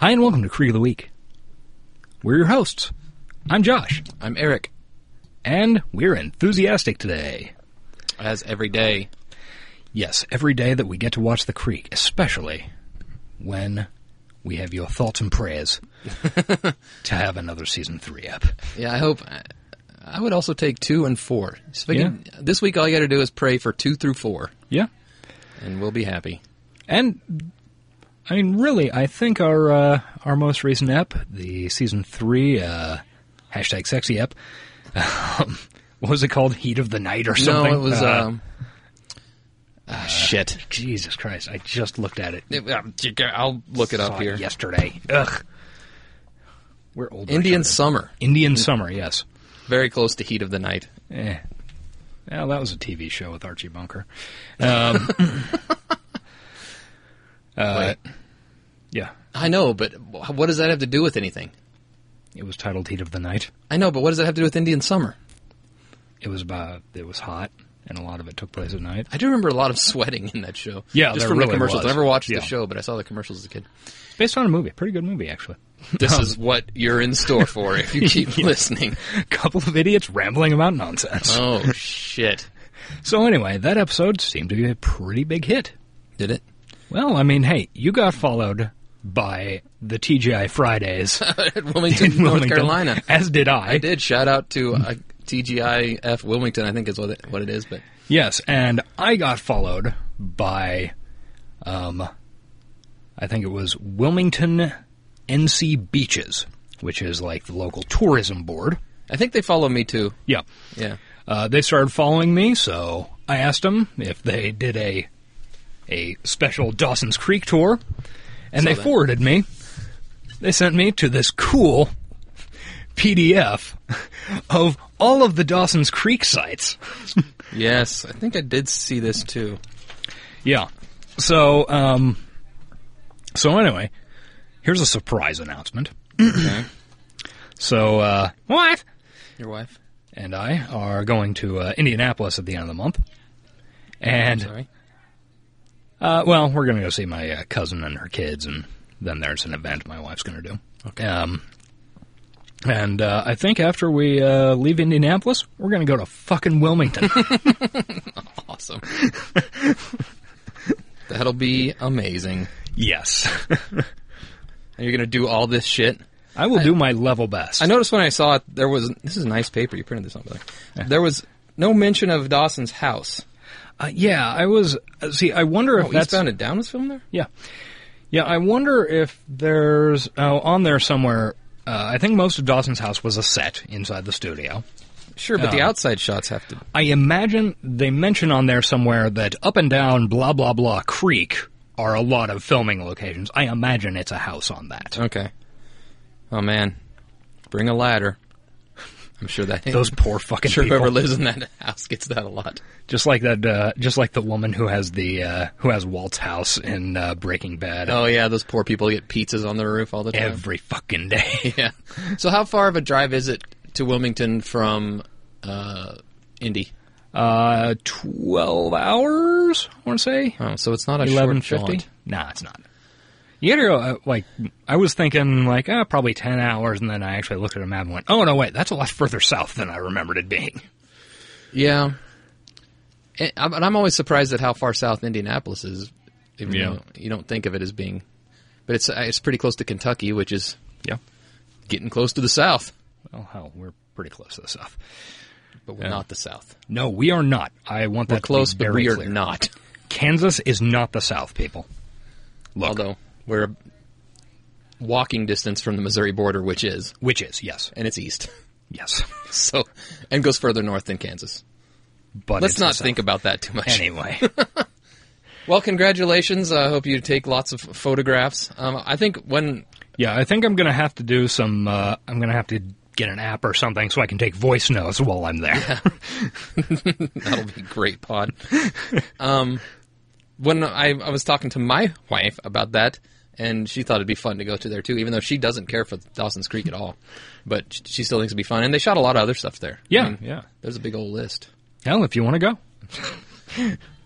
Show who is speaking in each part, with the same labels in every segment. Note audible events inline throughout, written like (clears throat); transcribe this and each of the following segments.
Speaker 1: Hi, and welcome to Creek of the Week. We're your hosts. I'm Josh,
Speaker 2: I'm Eric,
Speaker 1: and we're enthusiastic today.
Speaker 2: as every day.
Speaker 1: Yes, every day that we get to watch the creek, especially when we have your thoughts and
Speaker 2: (laughs)
Speaker 1: prayers to have another season three up.
Speaker 2: Yeah, I hope. I- I would also take two and four. So if I
Speaker 1: Yeah.
Speaker 2: can- this week, all you got to do is pray for two through four,
Speaker 1: Yeah.
Speaker 2: and we'll be happy.
Speaker 1: And I mean, really, I think our uh, our most recent ep, the season three uh, hashtag sexy ep, (laughs) um, what was it called? Heat of the night or something?
Speaker 2: No, it was.
Speaker 1: Uh,
Speaker 2: um, ah, shit.
Speaker 1: Jesus Christ! I just looked at it.
Speaker 2: It- um, you go- I'll look it
Speaker 1: Saw
Speaker 2: up here.
Speaker 1: yesterday. Ugh. We're old.
Speaker 2: Indian
Speaker 1: retarded.
Speaker 2: Summer,
Speaker 1: Indian summer. Yes.
Speaker 2: very close to Heat of the Night.
Speaker 1: Mm. Eh. Well, that was a TV show with Archie Bunker. Um, uh, yeah,
Speaker 2: I know, but what does that have to do with anything?
Speaker 1: it was titled Heat of the Night.
Speaker 2: I know, but what does that have to do with Indian Summer?
Speaker 1: It was about it was hot, and a lot of it took place at night.
Speaker 2: I do remember a lot of (laughs) sweating in that show.
Speaker 1: Yeah,
Speaker 2: just
Speaker 1: there
Speaker 2: from
Speaker 1: really
Speaker 2: the commercials.
Speaker 1: was.
Speaker 2: I never watched
Speaker 1: Yeah.
Speaker 2: the show, but I saw the commercials as a kid.
Speaker 1: Based on a movie, pretty good movie actually. (laughs)
Speaker 2: This is what you're in store for if you (laughs) keep listening.
Speaker 1: A couple of idiots rambling about nonsense.
Speaker 2: Oh shit!
Speaker 1: So anyway, that episode seemed to be a pretty big hit.
Speaker 2: Did it?
Speaker 1: Well, I mean, hey, you got followed by the TGI (laughs) Fridays
Speaker 2: (laughs) At
Speaker 1: in
Speaker 2: (laughs) Wilmington, North
Speaker 1: Wilmington,
Speaker 2: Carolina.
Speaker 1: as did I.
Speaker 2: I did. Shout out to uh, TGIF Wilmington. I think is what it, what it is. But
Speaker 1: Yes, and I got followed by, um, I think it was Wilmington NC Beaches, which is like the local tourism board.
Speaker 2: I think they follow me too.
Speaker 1: Yeah.
Speaker 2: Yeah.
Speaker 1: Uh, they started following me, so I asked them if they did a a special Dawson's Creek tour, and they
Speaker 2: that.
Speaker 1: forwarded me. They sent me to this cool (laughs) PDF of all of the Dawson's Creek sites.
Speaker 2: Yes, I think I did see this too.
Speaker 1: Yeah. So, um, so anyway, here's a surprise announcement.
Speaker 2: Okay.
Speaker 1: (clears throat) So, uh, my wife
Speaker 2: Your wife?
Speaker 1: and I are going to uh, Indianapolis at the end of the month, and
Speaker 2: Sorry.
Speaker 1: uh, well, we're going to go see my uh, cousin and her kids, and then there's an event my wife's going to do. Okay. Um, and uh, I think after we uh, leave Indianapolis, we're going to go to fucking
Speaker 2: (laughs)
Speaker 1: Wilmington.
Speaker 2: Awesome. (laughs) That'll be amazing.
Speaker 1: yes,
Speaker 2: And you're gonna do all this shit.
Speaker 1: I will do my level best.
Speaker 2: I noticed when I saw it, there was this is a nice paper you printed this on. By the way. There was no mention of Dawson's house.
Speaker 1: Uh, yeah, I was. Uh, see, I wonder if
Speaker 2: Oh,
Speaker 1: that's
Speaker 2: Eastbound and Down was filmed there.
Speaker 1: Yeah. Yeah, I wonder if there's oh, on there somewhere. Uh, I think most of Dawson's house was a set inside the studio.
Speaker 2: Sure, but the
Speaker 1: Um,
Speaker 2: outside shots have to.
Speaker 1: I imagine they mention on there somewhere that up and down blah blah blah creek are a lot of filming locations. I imagine it's a house on that.
Speaker 2: Okay. Oh man, bring a ladder. I'm sure that (laughs)
Speaker 1: Those poor fucking
Speaker 2: sure
Speaker 1: people.
Speaker 2: whoever lives in that house gets that a lot.
Speaker 1: Just like that. Uh, just like the woman who has the uh, who has Walt's house in uh, Breaking Bad
Speaker 2: Oh yeah, those poor people get pizzas on their roof all the time.
Speaker 1: every fucking day. (laughs)
Speaker 2: Yeah. So how far of a drive is it to Wilmington from uh, Indy?
Speaker 1: Uh, Twelve hours, I want to say.
Speaker 2: Oh, so it's not a
Speaker 1: Eleven
Speaker 2: short
Speaker 1: fifty?
Speaker 2: jaunt.
Speaker 1: Nah, it's not. You gotta go, uh, like, I was thinking, like, ah, probably 10 hours, and then I actually looked at a map and went, oh, no, wait, that's a lot further south than I remembered it being.
Speaker 2: Yeah. And I'm, and I'm always surprised at how far south Indianapolis is. Even
Speaker 1: Yeah.
Speaker 2: though You don't think of it as being, but it's uh, it's pretty close to Kentucky, which is
Speaker 1: Yeah.
Speaker 2: getting close to the south,
Speaker 1: Well, hell, we're pretty close to the south.
Speaker 2: but we're not the south.
Speaker 1: No, we are not. I want that to be
Speaker 2: Close, but
Speaker 1: very
Speaker 2: we are
Speaker 1: clear.
Speaker 2: not.
Speaker 1: Kansas is not the south, people. Look,
Speaker 2: Although we're a walking distance from the Missouri border, which is,
Speaker 1: which is, yes.
Speaker 2: and it's east. (laughs)
Speaker 1: Yes. (laughs)
Speaker 2: So, and goes further north than Kansas.
Speaker 1: But
Speaker 2: Let's
Speaker 1: it's the
Speaker 2: not
Speaker 1: south.
Speaker 2: think about that too much.
Speaker 1: Anyway. (laughs)
Speaker 2: Well, congratulations. I hope you take lots of photographs. Um, I think when
Speaker 1: yeah, I think I'm gonna have to do some, uh, I'm gonna have to get an app or something so I can take voice notes while I'm there.
Speaker 2: that'll be great pod. um, when I, I was talking to my wife about that, and she thought it'd be fun to go to there too, even though she doesn't care for Dawson's Creek at all. But sh- she still thinks it'd be fun, and they shot a lot of other stuff there.
Speaker 1: Yeah,
Speaker 2: I mean,
Speaker 1: yeah.
Speaker 2: There's a big old list.
Speaker 1: Hell, if you wanna go.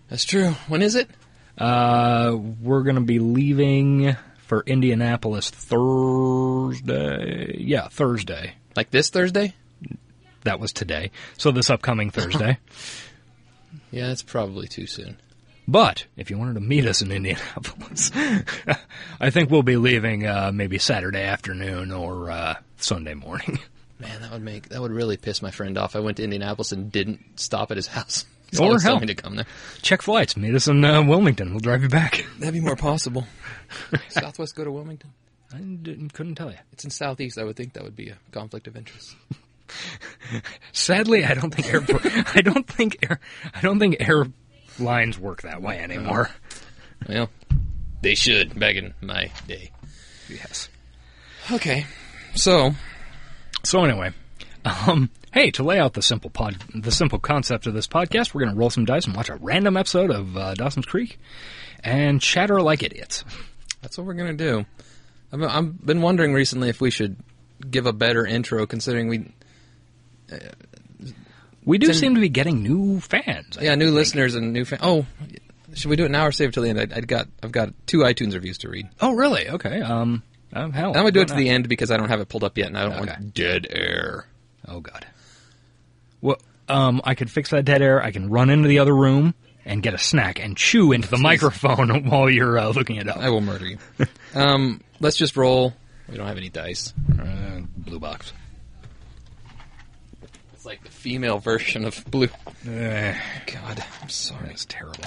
Speaker 2: That's true. When is it?
Speaker 1: Uh, we're gonna be leaving for Indianapolis Thursday. Yeah, Thursday.
Speaker 2: Like this Thursday?
Speaker 1: That was today. So this upcoming (laughs) Thursday.
Speaker 2: Yeah, that's probably too soon.
Speaker 1: But if you wanted to meet us in Indianapolis, (laughs) I think we'll be leaving uh, maybe Saturday afternoon or uh, Sunday morning. (laughs)
Speaker 2: Man, that would make that would really piss my friend off. I went to Indianapolis and didn't stop at his house. (laughs) He's
Speaker 1: Or
Speaker 2: always
Speaker 1: hell.
Speaker 2: telling me to come there.
Speaker 1: Check flights. Meet us in uh, Wilmington. We'll drive you back.
Speaker 2: That'd be
Speaker 1: (laughs)
Speaker 2: more possible. Southwest go to Wilmington.
Speaker 1: I didn't, couldn't tell you.
Speaker 2: It's in Southeast. I would think that would be a conflict of interest.
Speaker 1: Sadly, I don't think (laughs) airport. I don't think air. I don't think airlines work that way anymore.
Speaker 2: Well, they should back in my day.
Speaker 1: Yes.
Speaker 2: Okay, so
Speaker 1: So anyway, um, hey, to lay out the simple pod, the simple concept of this podcast, we're going to roll some dice and watch a random episode of uh, Dawson's Creek and chatter like idiots.
Speaker 2: that's what we're gonna do. I've, I've been wondering recently if we should give a better intro, considering we
Speaker 1: We do
Speaker 2: Then-
Speaker 1: seem to be getting new fans. I
Speaker 2: yeah new
Speaker 1: think.
Speaker 2: listeners and new fan. Oh, should we do it now or save it till the end? I, I got I've got two iTunes reviews to read.
Speaker 1: Oh, really? Okay. Um. Oh, hell.
Speaker 2: I'm gonna do it to
Speaker 1: why
Speaker 2: the end because I don't have it pulled up yet, and I don't
Speaker 1: Okay.
Speaker 2: want dead air.
Speaker 1: not? Oh God. Well, um, I could fix that dead air. I can run into the other room and get a snack and chew into the microphone (laughs) while you're uh, looking it up.
Speaker 2: I will murder you. um, let's just roll. We don't have any dice.
Speaker 1: Uh, blue box.
Speaker 2: It's like the female version of blue.
Speaker 1: Eh,
Speaker 2: God, I'm sorry.
Speaker 1: that's terrible.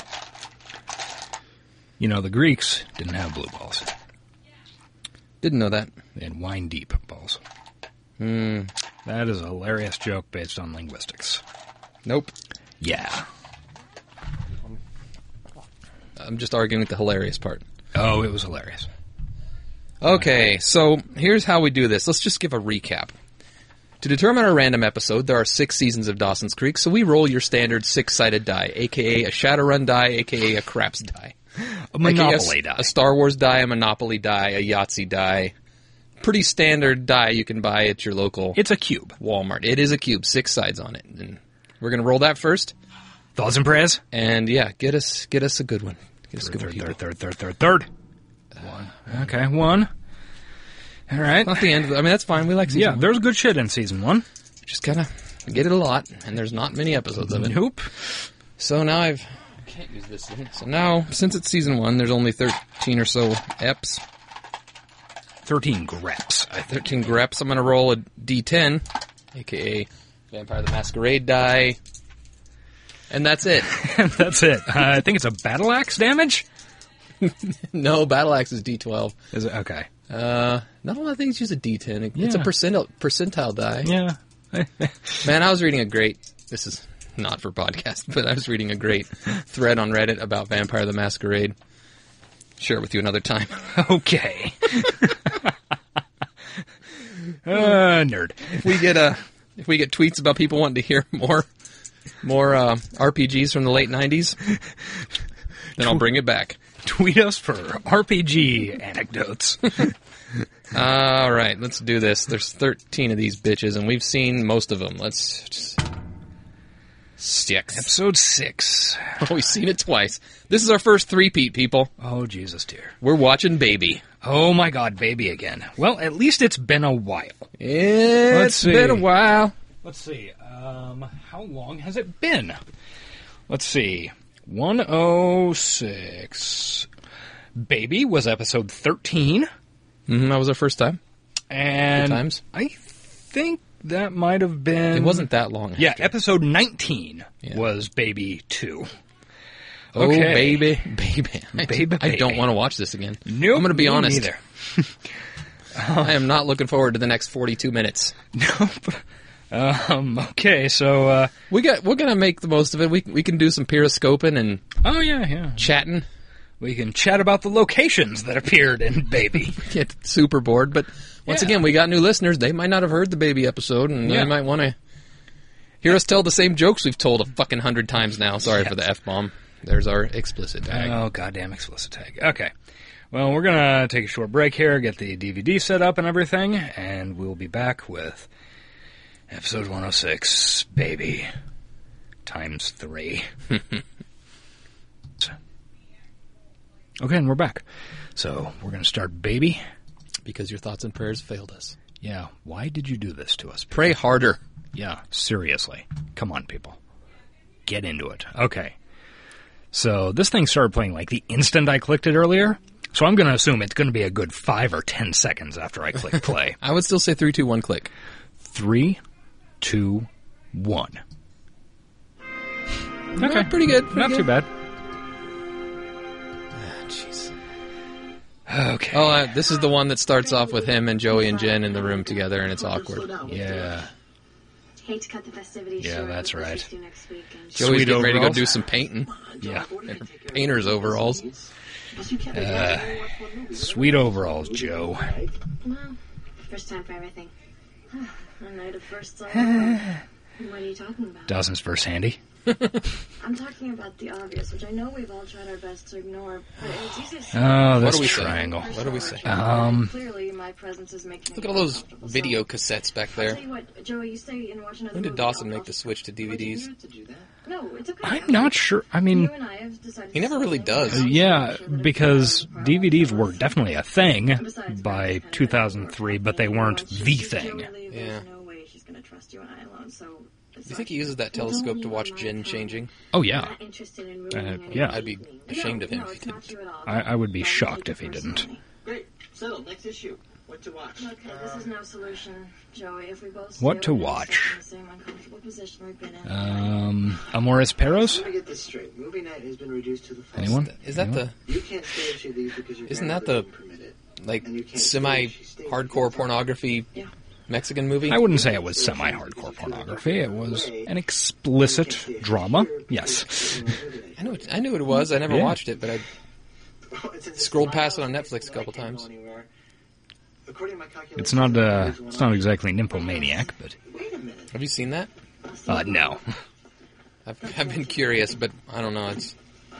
Speaker 1: You know, the Greeks didn't have blue balls.
Speaker 2: Didn't know that.
Speaker 1: They had wine deep balls. Hmm. That is a hilarious joke based on linguistics.
Speaker 2: Nope.
Speaker 1: Yeah.
Speaker 2: I'm just arguing with the hilarious part.
Speaker 1: Oh, it was hilarious.
Speaker 2: Okay, so here's how we do this. Let's just give a recap. To determine our random episode, there are six seasons of Dawson's Creek, so we roll your standard six-sided die, aka a Shadowrun die, aka a craps die.
Speaker 1: A
Speaker 2: Like a-
Speaker 1: monopoly
Speaker 2: a,
Speaker 1: die.
Speaker 2: Star Wars die, a Monopoly die, a Yahtzee die. Pretty standard die you can buy at your local
Speaker 1: It's a cube.
Speaker 2: Walmart. It is a cube, six sides on it. And we're gonna roll that first.
Speaker 1: Thoughts and prayers?
Speaker 2: And yeah, get us get us a good one. Get us a good one.
Speaker 1: Third,
Speaker 2: people.
Speaker 1: third, third, third, third, third. One. Okay, one. All right.
Speaker 2: Not the end. Of the, I mean, that's fine. We like season
Speaker 1: Yeah,
Speaker 2: one.
Speaker 1: there's good shit in season one.
Speaker 2: just gotta get it a lot, and there's not many episodes of it.
Speaker 1: Nope.
Speaker 2: So now I've can't use this. thing. So now, since it's season one, there's only thirteen or so eps,
Speaker 1: 13 graps.
Speaker 2: thirteen greps. I'm gonna roll a d10, aka Vampire the Masquerade die, and that's it.
Speaker 1: (laughs) That's it. Uh, I think it's a battle axe damage?
Speaker 2: (laughs) no, battle axe is d12.
Speaker 1: Is it? Okay.
Speaker 2: Uh, not a lot of things use a d10. It- It's a
Speaker 1: Yeah.
Speaker 2: percentile percentile die.
Speaker 1: Yeah.
Speaker 2: Man, I was reading a great. This is not for podcast, (laughs) but I was reading a great thread on Reddit about Vampire the Masquerade. Share it with you another time.
Speaker 1: Okay. (laughs) uh, nerd.
Speaker 2: If we get uh if we get tweets about people wanting to hear more, more uh, RPGs from the late '90s, then I'll bring it back.
Speaker 1: Tweet us for RPG anecdotes.
Speaker 2: All right, let's do this. There's 13 of these bitches, and we've seen most of them. Let's just six.
Speaker 1: Episode 6.
Speaker 2: Oh, (laughs) we've seen it twice. This is our first three-peat, people.
Speaker 1: Oh, Jesus, dear.
Speaker 2: We're watching Baby.
Speaker 1: Oh, my God, baby again. Well, at least it's been a while.
Speaker 2: It's
Speaker 1: Let's
Speaker 2: been a
Speaker 1: see.
Speaker 2: while.
Speaker 1: Let's see. Um, how long has it been? Let's see. 106. Baby was episode 13.
Speaker 2: hmm that was our first time.
Speaker 1: And
Speaker 2: Good times.
Speaker 1: I think that might have been.
Speaker 2: It wasn't that long.
Speaker 1: Yeah,
Speaker 2: after.
Speaker 1: episode 19
Speaker 2: Yeah.
Speaker 1: was Baby 2.
Speaker 2: Oh,
Speaker 1: okay.
Speaker 2: baby, baby,
Speaker 1: Baby,
Speaker 2: (laughs) I don't
Speaker 1: baby.
Speaker 2: want to watch this again.
Speaker 1: Nope,
Speaker 2: I'm going to be
Speaker 1: me
Speaker 2: honest.
Speaker 1: neither.
Speaker 2: (laughs) I am not looking forward to the next 42 minutes.
Speaker 1: Nope. Um, okay, so. Uh,
Speaker 2: We got. We're going to make the most of it. We we can do some periscoping and
Speaker 1: oh, yeah, yeah.
Speaker 2: chatting. (laughs)
Speaker 1: We can chat about the locations that appeared in Baby.
Speaker 2: Get super bored, but once
Speaker 1: Yeah.
Speaker 2: again, we got new listeners. They might not have heard the baby episode, and
Speaker 1: Yeah.
Speaker 2: they might want to hear us tell the same jokes we've told a fucking hundred times now. Sorry for the f bomb. There's our explicit tag.
Speaker 1: Oh, goddamn explicit tag. Okay. Well, we're going to take a short break here, get the DVD set up and everything, and we'll be back with episode 106, baby, times three. (laughs) Okay, and we're back. So we're going to start Baby.
Speaker 2: because your thoughts and prayers failed us.
Speaker 1: Yeah, why did you do this to us?
Speaker 2: Pray harder.
Speaker 1: Yeah, seriously. Come on, people. Get into it. Okay. So this thing started playing like the instant I clicked it earlier. So I'm going to assume it's going to be a good five or ten seconds after I
Speaker 2: (laughs)
Speaker 1: click play.
Speaker 2: I would still say three, two, one, click.
Speaker 1: Three, two, one. Okay.
Speaker 2: pretty good. pretty
Speaker 1: Not
Speaker 2: good.
Speaker 1: too bad.
Speaker 2: Ah, Jeez.
Speaker 1: Okay.
Speaker 2: Oh, uh, this is the one that starts off with him and Joey and Jen in the room together, and it's awkward.
Speaker 1: yeah.
Speaker 3: Hate to cut the festivities
Speaker 1: Yeah,
Speaker 3: short, but
Speaker 1: that's
Speaker 3: we'll see
Speaker 1: right.
Speaker 3: you next week, and-
Speaker 2: Joey's
Speaker 1: Sweet
Speaker 2: getting ready to go
Speaker 1: overalls.
Speaker 2: do some painting.
Speaker 1: Yeah.
Speaker 2: Painter's overalls. Uh,
Speaker 1: Sweet overalls, Joe.
Speaker 3: Well, first time for everything. (sighs) A night of
Speaker 2: (sighs)
Speaker 3: firsts all around. What are you talking about?
Speaker 1: Dawson's verse handy.
Speaker 3: I'm talking about the obvious, which I know we've all tried our best to ignore, but it's easy to see.
Speaker 1: Oh,
Speaker 2: What
Speaker 1: this
Speaker 2: do we say?
Speaker 1: triangle.
Speaker 2: What do we say?
Speaker 1: Um,
Speaker 3: Clearly, my presence is making
Speaker 2: Look
Speaker 3: you
Speaker 2: at all those
Speaker 3: uncomfortable, so-
Speaker 2: video cassettes back
Speaker 3: I'll
Speaker 2: there.
Speaker 3: tell you what, Joey, you stay and watch another
Speaker 2: When did
Speaker 3: movie.
Speaker 2: Dawson
Speaker 3: I'll-
Speaker 2: make the switch to DVDs?
Speaker 3: No, it's okay.
Speaker 1: I'm not sure. I mean,
Speaker 3: You and I have decided
Speaker 2: He
Speaker 3: to
Speaker 2: never really
Speaker 3: split
Speaker 2: does.
Speaker 3: up.
Speaker 1: Yeah, because DVDs were definitely a thing by 2003, but they weren't the thing.
Speaker 2: Yeah.
Speaker 3: No way she's gonna trust you and I alone. So.
Speaker 2: Do you think he uses that telescope to watch Jen changing?
Speaker 1: Oh, yeah.
Speaker 3: Interested in ruining
Speaker 1: Uh,
Speaker 3: any
Speaker 1: yeah.
Speaker 3: evening.
Speaker 2: I'd be ashamed of him
Speaker 3: No,
Speaker 2: if
Speaker 3: no,
Speaker 2: he
Speaker 3: it's not you at all.
Speaker 1: I- I would be
Speaker 3: Don't take
Speaker 1: shocked
Speaker 3: it
Speaker 1: if he didn't.
Speaker 3: personally.
Speaker 4: Great. Settled. Next issue. What to watch?
Speaker 3: Look, this is
Speaker 2: Uh,
Speaker 3: no solution, Joey. If we both stay
Speaker 1: What to
Speaker 3: over there,
Speaker 1: watch?
Speaker 3: stuck in the same uncomfortable position we've been in.
Speaker 1: Um, Amoris Peros?
Speaker 4: Let me get this straight. Movie night has been reduced to the fall.
Speaker 1: Anyone?
Speaker 2: Is that the
Speaker 4: You can't stay if she leaves because your
Speaker 2: Isn't that
Speaker 4: grandmother
Speaker 2: the-
Speaker 4: didn't permit it.
Speaker 2: like
Speaker 4: And you can't
Speaker 2: semi
Speaker 4: see if she stays
Speaker 2: hardcore
Speaker 4: inside.
Speaker 2: pornography
Speaker 3: Yeah.
Speaker 2: Mexican movie?
Speaker 1: I wouldn't say it was semi hardcore pornography. It was an explicit drama. Yes.
Speaker 4: (laughs)
Speaker 2: I know it, I knew it was. I never
Speaker 1: Yeah.
Speaker 2: watched it, but I
Speaker 1: (laughs)
Speaker 2: Scrolled past it on Netflix a couple times.
Speaker 1: It's not, uh, it's not exactly nymphomaniac, but,
Speaker 4: Wait a minute.
Speaker 2: have you seen that?
Speaker 1: uh, no.
Speaker 2: I've, I've been curious, but I don't know. It's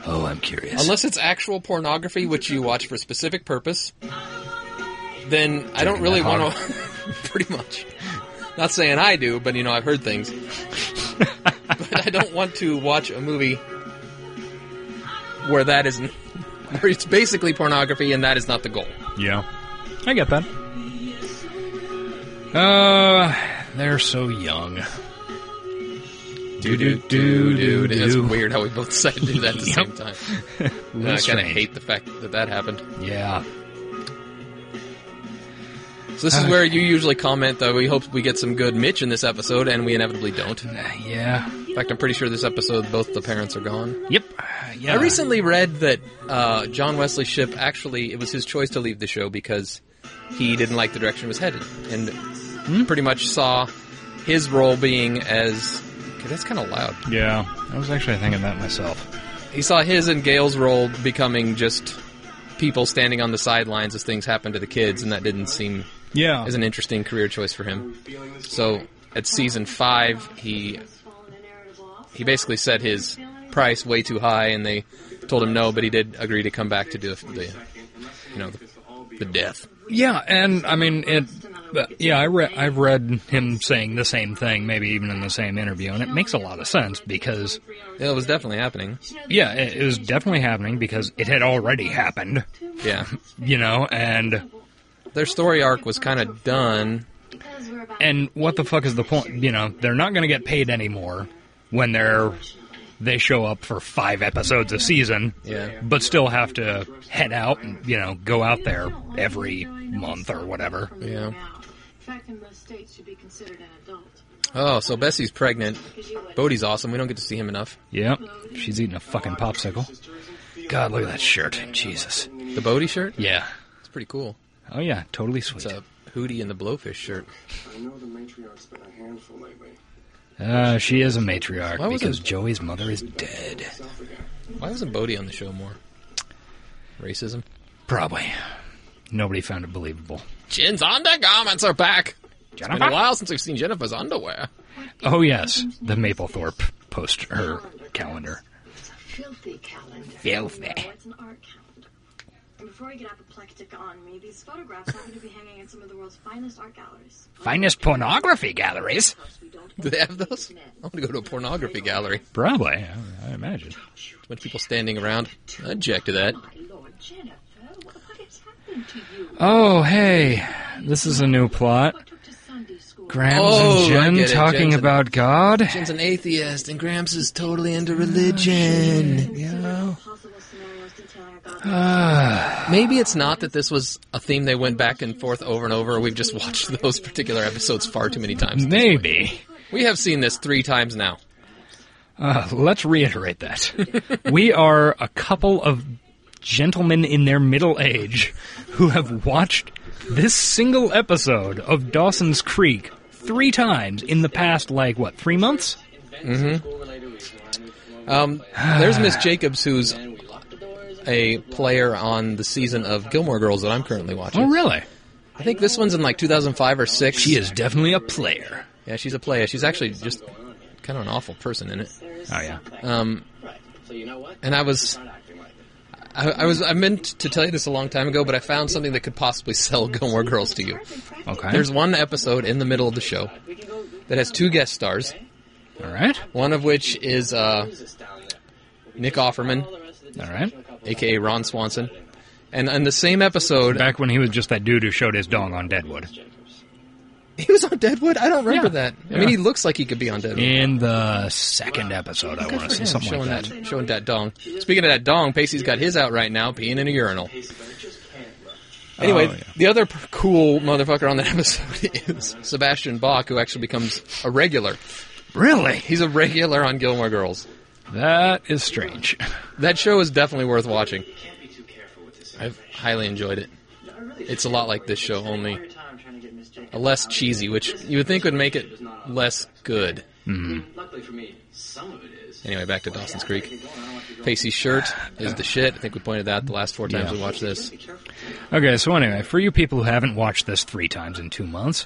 Speaker 1: Oh, I'm curious.
Speaker 2: unless it's actual pornography which you watch for specific purpose, then I don't
Speaker 1: Taking
Speaker 2: really
Speaker 1: that
Speaker 2: want to. (laughs) pretty much. Not saying I do, but you know I've
Speaker 1: (laughs)
Speaker 2: heard things. but I don't want to watch a movie where that is where it's basically pornography and that is not the goal.
Speaker 1: Yeah. I get that. Uh, they're so young. Do do do do
Speaker 2: It's
Speaker 1: do.
Speaker 2: weird how we both decided to do that at the same
Speaker 1: Yep.
Speaker 2: time.
Speaker 1: Little
Speaker 2: And I kind of
Speaker 1: strange.
Speaker 2: hate the fact that that happened.
Speaker 1: Yeah.
Speaker 2: So
Speaker 1: Uh,
Speaker 2: this is where you usually comment that we hope we get some good Mitch in this episode, and we inevitably don't. In
Speaker 1: Yeah.
Speaker 2: fact, I'm pretty sure this episode both the parents are gone.
Speaker 1: Yep. Yeah.
Speaker 2: I recently read that uh, John Wesley Ship actually it was his choice to leave the show because he didn't like the direction it was headed, and pretty much saw his role being as. Okay, that's kind of loud.
Speaker 1: Yeah, I was actually thinking that myself.
Speaker 2: He saw his and Gail's role becoming just people standing on the sidelines as things happened to the kids, and that didn't seem
Speaker 1: Yeah.
Speaker 2: as an interesting career choice for him. So at season five, he he basically set his price way too high, and they told him no, but he did agree to come back to do the, the you know the, the death.
Speaker 1: yeah, and I mean it. but, yeah, I re- I've read him saying the same thing, maybe even in the same interview, and it makes a lot of sense because
Speaker 2: Yeah, it was definitely happening.
Speaker 1: yeah, it, it was definitely happening because it had already happened,
Speaker 2: Yeah,
Speaker 1: you know, and
Speaker 2: their story arc was kind of done.
Speaker 3: Because we're about
Speaker 1: and what the fuck is the point? You know, they're not going to get paid anymore when they're they show up for five episodes a season,
Speaker 2: Yeah.
Speaker 1: but still have to head out and you know go out there every month or whatever.
Speaker 2: Yeah.
Speaker 3: In fact, in most states, you'd be considered an adult.
Speaker 2: Oh, so Bessie's pregnant. Bodie's awesome. We don't get to see him enough.
Speaker 1: Yep. She's eating a fucking popsicle. God, look at that shirt. Jesus.
Speaker 2: The Bodie shirt?
Speaker 1: Yeah.
Speaker 2: It's pretty cool.
Speaker 1: Oh, yeah. Totally sweet.
Speaker 2: It's a Hootie and the Blowfish shirt.
Speaker 4: I know the matriarch's been a handful lately.
Speaker 1: Uh, she is a matriarch
Speaker 2: Why wasn't-
Speaker 1: because Joey's mother is dead.
Speaker 4: South again.
Speaker 2: Why wasn't Bodie on the show more? Racism.
Speaker 1: Probably. Nobody found it believable.
Speaker 2: Jen's undergarments are back. It's been a while since we've seen Jennifer's underwear.
Speaker 1: Oh, yes. The Maplethorpe post her calendar.
Speaker 3: It's a filthy calendar.
Speaker 1: Filthy.
Speaker 3: No, it's an art calendar. And before I get apoplectic on me, these photographs happen to be hanging in some of the world's finest art galleries.
Speaker 1: Finest pornography galleries.
Speaker 3: We don't
Speaker 2: Do they have those? I want to go to a pornography gallery.
Speaker 1: Probably. I, I imagine.
Speaker 2: A bunch of people standing around. I object to that.
Speaker 3: My lord, Jennifer, what, what has happened to you?
Speaker 1: Oh, hey, this is a new plot.
Speaker 3: What took to Sunday school?
Speaker 1: Grams
Speaker 2: Oh, I
Speaker 1: and Jen
Speaker 2: get it.
Speaker 1: talking
Speaker 2: Jen's a-
Speaker 1: about God.
Speaker 2: Jim's an atheist, and Gramps is totally into religion.
Speaker 3: Consider all possible scenarios detailing
Speaker 1: (sighs)
Speaker 3: our godly
Speaker 1: Ah,
Speaker 2: Maybe it's not that this was a theme they went back and forth over and over. We've just watched (laughs) those particular episodes far too many times.
Speaker 1: Maybe.
Speaker 2: We have seen this three times now.
Speaker 1: Uh, let's reiterate that. (laughs) we are a couple of gentlemen in their middle age who have watched this single episode of Dawson's Creek three times in the past, like, what, three months?
Speaker 2: Um, there's Miss Jacobs, who's a player on the season of Gilmore Girls that I'm currently
Speaker 1: Oh,
Speaker 2: watching.
Speaker 1: really?
Speaker 2: I think this one's in like 2005 or six.
Speaker 1: She is definitely a player.
Speaker 2: Yeah, she's a player. She's actually just kind of an awful person in it.
Speaker 1: Oh, yeah.
Speaker 2: Um,
Speaker 4: Right. So you know what?
Speaker 2: and I was,
Speaker 4: Not acting like it.
Speaker 2: I, I was, I meant to tell you this a long time ago, but I found something that could possibly sell (laughs) Gilmore Girls to you.
Speaker 1: Okay.
Speaker 2: There's one episode in the middle of the show
Speaker 4: We can go.
Speaker 2: that has two guest stars,
Speaker 1: All right.
Speaker 2: one of which is uh,
Speaker 4: Who's this down there?
Speaker 2: Nick Offerman,
Speaker 4: All the rest of the
Speaker 1: All right.
Speaker 2: aka Ron Swanson. And in the same episode, (laughs)
Speaker 1: Back when he was just that dude who showed his dong on Deadwood.
Speaker 4: Jacobs.
Speaker 2: he was on Deadwood. I don't remember
Speaker 1: Yeah.
Speaker 2: that. I
Speaker 1: Yeah.
Speaker 2: mean, he looks like he could be on Deadwood.
Speaker 1: In the second episode, I
Speaker 2: Good
Speaker 1: want to
Speaker 2: for
Speaker 1: say
Speaker 2: him,
Speaker 1: something
Speaker 2: showing
Speaker 1: like that.
Speaker 2: showing that dong. Speaking of that dong, Pacey's got his out right now, peeing in a urinal.
Speaker 4: Casey, but I just can't. Look.
Speaker 2: Anyway,
Speaker 1: Oh, yeah.
Speaker 2: the other p- cool motherfucker on that (laughs) episode is Sebastian Bach, who actually becomes a regular.
Speaker 1: Really?
Speaker 2: He's a regular on Gilmore Girls.
Speaker 1: That is strange. (laughs)
Speaker 2: That show is definitely worth watching.
Speaker 4: You can't be too careful with this.
Speaker 2: I've highly enjoyed it.
Speaker 4: No, I really
Speaker 2: It's a
Speaker 4: should.
Speaker 2: lot like this show, only
Speaker 4: Your time trying to get Miss Jacobs
Speaker 2: a less
Speaker 4: out of
Speaker 2: cheesy,
Speaker 4: here.
Speaker 2: which you would think would make it less good.
Speaker 4: Luckily for me, some of it is.
Speaker 2: Anyway, back to Dawson's Creek.
Speaker 4: Keep going, I don't want you to go-
Speaker 2: Pacey's shirt is the shit. I think we pointed that the last four
Speaker 1: Yeah.
Speaker 2: times we watched this.
Speaker 4: Be careful.
Speaker 1: Okay, so anyway, for you people who haven't watched this three times in two months,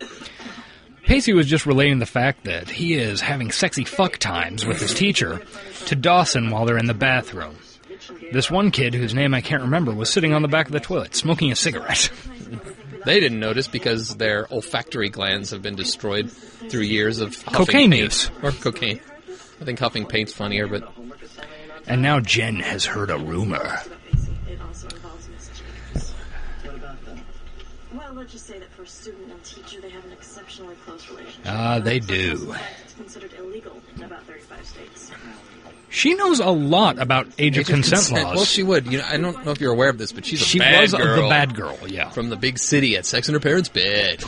Speaker 1: Pacey was just relating the fact that he is having sexy fuck times with his teacher to Dawson while they're in the bathroom. This one kid, whose name I can't remember, was sitting on the back of the toilet smoking a cigarette. (laughs)
Speaker 2: They didn't notice because their olfactory glands have been destroyed through years of huffing
Speaker 1: Cocaine
Speaker 2: paint.
Speaker 1: use.
Speaker 2: or cocaine. I think huffing paint's funnier, but
Speaker 4: Homework assignment or not?
Speaker 1: And now Jen has heard a rumor.
Speaker 3: It also involves Miss Jacobs.
Speaker 4: What about that?
Speaker 3: Well, let's just say that for student and teacher, they have an exceptionally close relationship.
Speaker 1: Ah, they
Speaker 3: Some
Speaker 1: do.
Speaker 3: places It's considered illegal in about 35 states.
Speaker 1: She knows a lot about age of consent
Speaker 2: Consent- Well,
Speaker 1: laws.
Speaker 2: she would. You know, I don't know if you're aware of this, but she's a
Speaker 1: She
Speaker 2: bad
Speaker 1: was a-
Speaker 2: girl
Speaker 1: the bad girl, yeah.
Speaker 2: from the big city at sex in her parents' bed.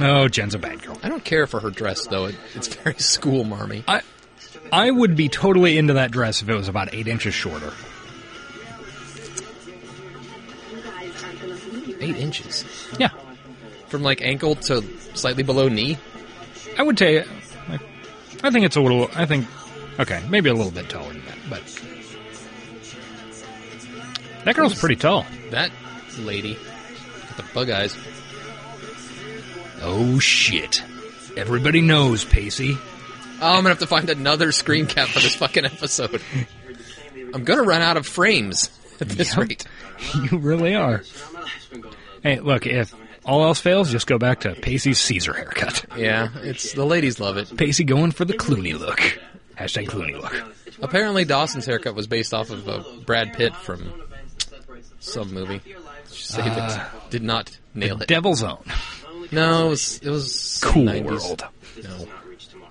Speaker 1: Oh, Jen's a bad girl.
Speaker 2: I don't care for her dress though; it, it's very (laughs) school marmy.
Speaker 1: I, I would be totally into that dress if it was about eight inches shorter.
Speaker 3: You guys aren't going to believe
Speaker 2: Eight
Speaker 3: I-
Speaker 2: inches
Speaker 1: Yeah,
Speaker 2: from like ankle to slightly below knee.
Speaker 1: I would tell you. I, I think it's a little. I think. Okay, maybe a little bit taller than that, but that girl's pretty tall.
Speaker 2: That lady got the bug eyes.
Speaker 1: Oh shit! Everybody knows Pacey. (laughs)
Speaker 2: Oh, I'm gonna have to find another screen cap for this fucking episode. I'm gonna run out of frames at
Speaker 1: Yep.
Speaker 2: this rate.
Speaker 1: You really are.
Speaker 4: Now my life's been going low.
Speaker 1: Hey, look. If all else fails, just go back to Pacey's Caesar haircut.
Speaker 2: Yeah, it's the ladies love it.
Speaker 1: Pacey going for the Clooney look. Hashtag Clooney look.
Speaker 2: Apparently, Dawson's haircut was based off of uh, Brad Pitt from
Speaker 4: One event that separates the
Speaker 2: some movie.
Speaker 4: f- your lives
Speaker 2: Say
Speaker 1: Uh,
Speaker 2: that did not nail it.
Speaker 1: Devil's Own.
Speaker 2: no, it was, it was
Speaker 1: Cool
Speaker 2: 90s.
Speaker 1: world.
Speaker 4: this does not reach tomorrow.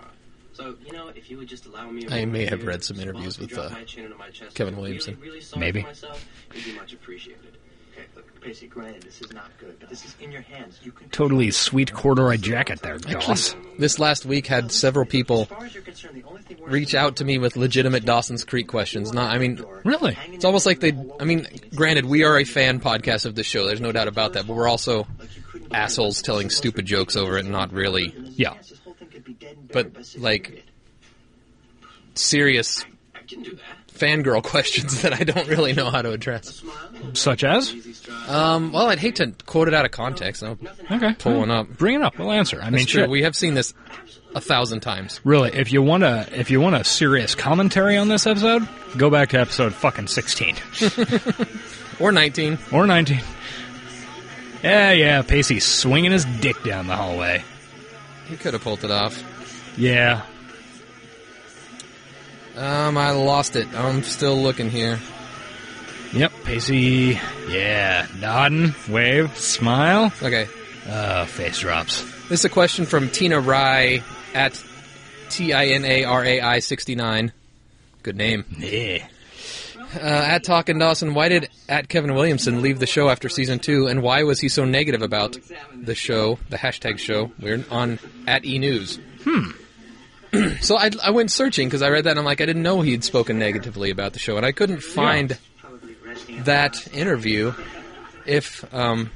Speaker 4: So, you know, if you would just allow me a
Speaker 2: I
Speaker 4: moment
Speaker 2: may have
Speaker 4: here,
Speaker 2: read some
Speaker 4: so
Speaker 2: interviews
Speaker 4: if you
Speaker 2: with,
Speaker 4: drop
Speaker 2: uh,
Speaker 4: my chin into my chest,
Speaker 2: Kevin
Speaker 4: I'm really,
Speaker 2: Williamson.
Speaker 4: really sorry
Speaker 1: Maybe.
Speaker 4: for myself, it'd be much appreciated. Okay, look, Pacey, granted, this is not good, but this is in your hands. You can
Speaker 1: Totally sweet corduroy jacket there, Doss.
Speaker 2: Actually, this last week had several
Speaker 4: As
Speaker 2: people
Speaker 4: far as you're concerned, the only thing worse
Speaker 2: reach
Speaker 4: than-
Speaker 2: out to me with legitimate Dawson's Creek questions. Not, I mean,
Speaker 1: Really?
Speaker 2: it's almost like they. I mean, granted, we are a fan podcast of this show. There's no doubt about that. But we're also assholes telling stupid jokes over it, and not really
Speaker 1: Yeah.
Speaker 4: This whole thing could be dead and
Speaker 2: But,
Speaker 4: buried by sixth
Speaker 2: like-
Speaker 4: period.
Speaker 2: serious
Speaker 4: I can do that.
Speaker 2: fangirl (laughs) questions that I don't really know how to address.
Speaker 4: Smile.
Speaker 1: Such as?
Speaker 4: Easy stride.
Speaker 2: Um, well, I'd hate to quote it out of context. I'll
Speaker 1: Okay.
Speaker 2: pull one up.
Speaker 1: Bring it up. We'll answer. I mean,
Speaker 2: It's true.
Speaker 1: sure.
Speaker 2: We have seen this a thousand times.
Speaker 1: Really, if you want a if you want a serious commentary on this episode, go back to episode fucking
Speaker 2: (laughs)
Speaker 1: sixteen
Speaker 2: Or 19.
Speaker 1: or nineteen. Yeah, yeah, Pacey swinging his dick down the hallway.
Speaker 2: He could have pulled it off.
Speaker 1: Yeah,
Speaker 2: Um, I lost it. I'm still looking here.
Speaker 1: Yep, Pacey. Yeah, nodding, wave, smile.
Speaker 2: Okay,
Speaker 1: Uh, face drops.
Speaker 2: this is a question from Tina Rai at T I N A R A I 69. Good name.
Speaker 1: Yeah.
Speaker 2: Uh, at Talkin' Dawson, why did at Kevin Williamson leave the show after season two, and why was he so negative about the show, the hashtag show? We're on at E News. Hmm. (clears throat) so I, I went searching because I read that and I'm like, I didn't know he'd spoken negatively about the show, and I couldn't find
Speaker 4: Probably resting up
Speaker 2: that interview. If um,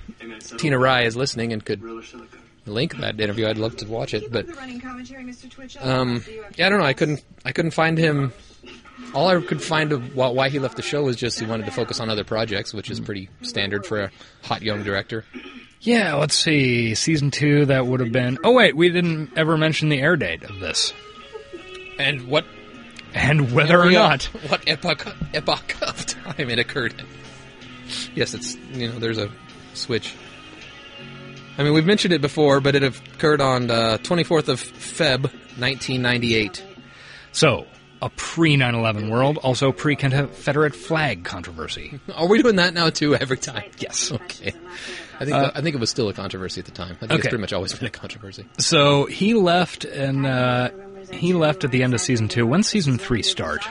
Speaker 2: Tina Rai is listening and could
Speaker 4: roller silicone.
Speaker 2: link that interview, I'd love to watch it. But
Speaker 3: The running commentary, Mr. Twitch.
Speaker 2: um, yeah, I don't know. I couldn't. I couldn't find him. All I could find of wh- why he left the show was just he wanted to focus on other projects, which is pretty standard for a hot young director.
Speaker 1: Yeah, let's see. Season two, that would have been. Oh, wait, we didn't ever mention the air date of this.
Speaker 2: And what
Speaker 1: And whether or
Speaker 2: real-
Speaker 1: not.
Speaker 2: (laughs) what epoch epoch of time it occurred in? Yes, it's you know there's a switch. I mean, we've mentioned it before, but it occurred on uh, 24th of Feb, 1998.
Speaker 1: So, a pre 9 11 world, also pre Confederate flag controversy.
Speaker 2: Are we doing that now too? Every time? (laughs)
Speaker 1: Yes.
Speaker 2: Okay. I think I think it was still a controversy at the time. I think it's
Speaker 1: Uh, okay.
Speaker 2: pretty much always been a controversy.
Speaker 1: So, he left and, uh, he left at the end of season two. When season three start?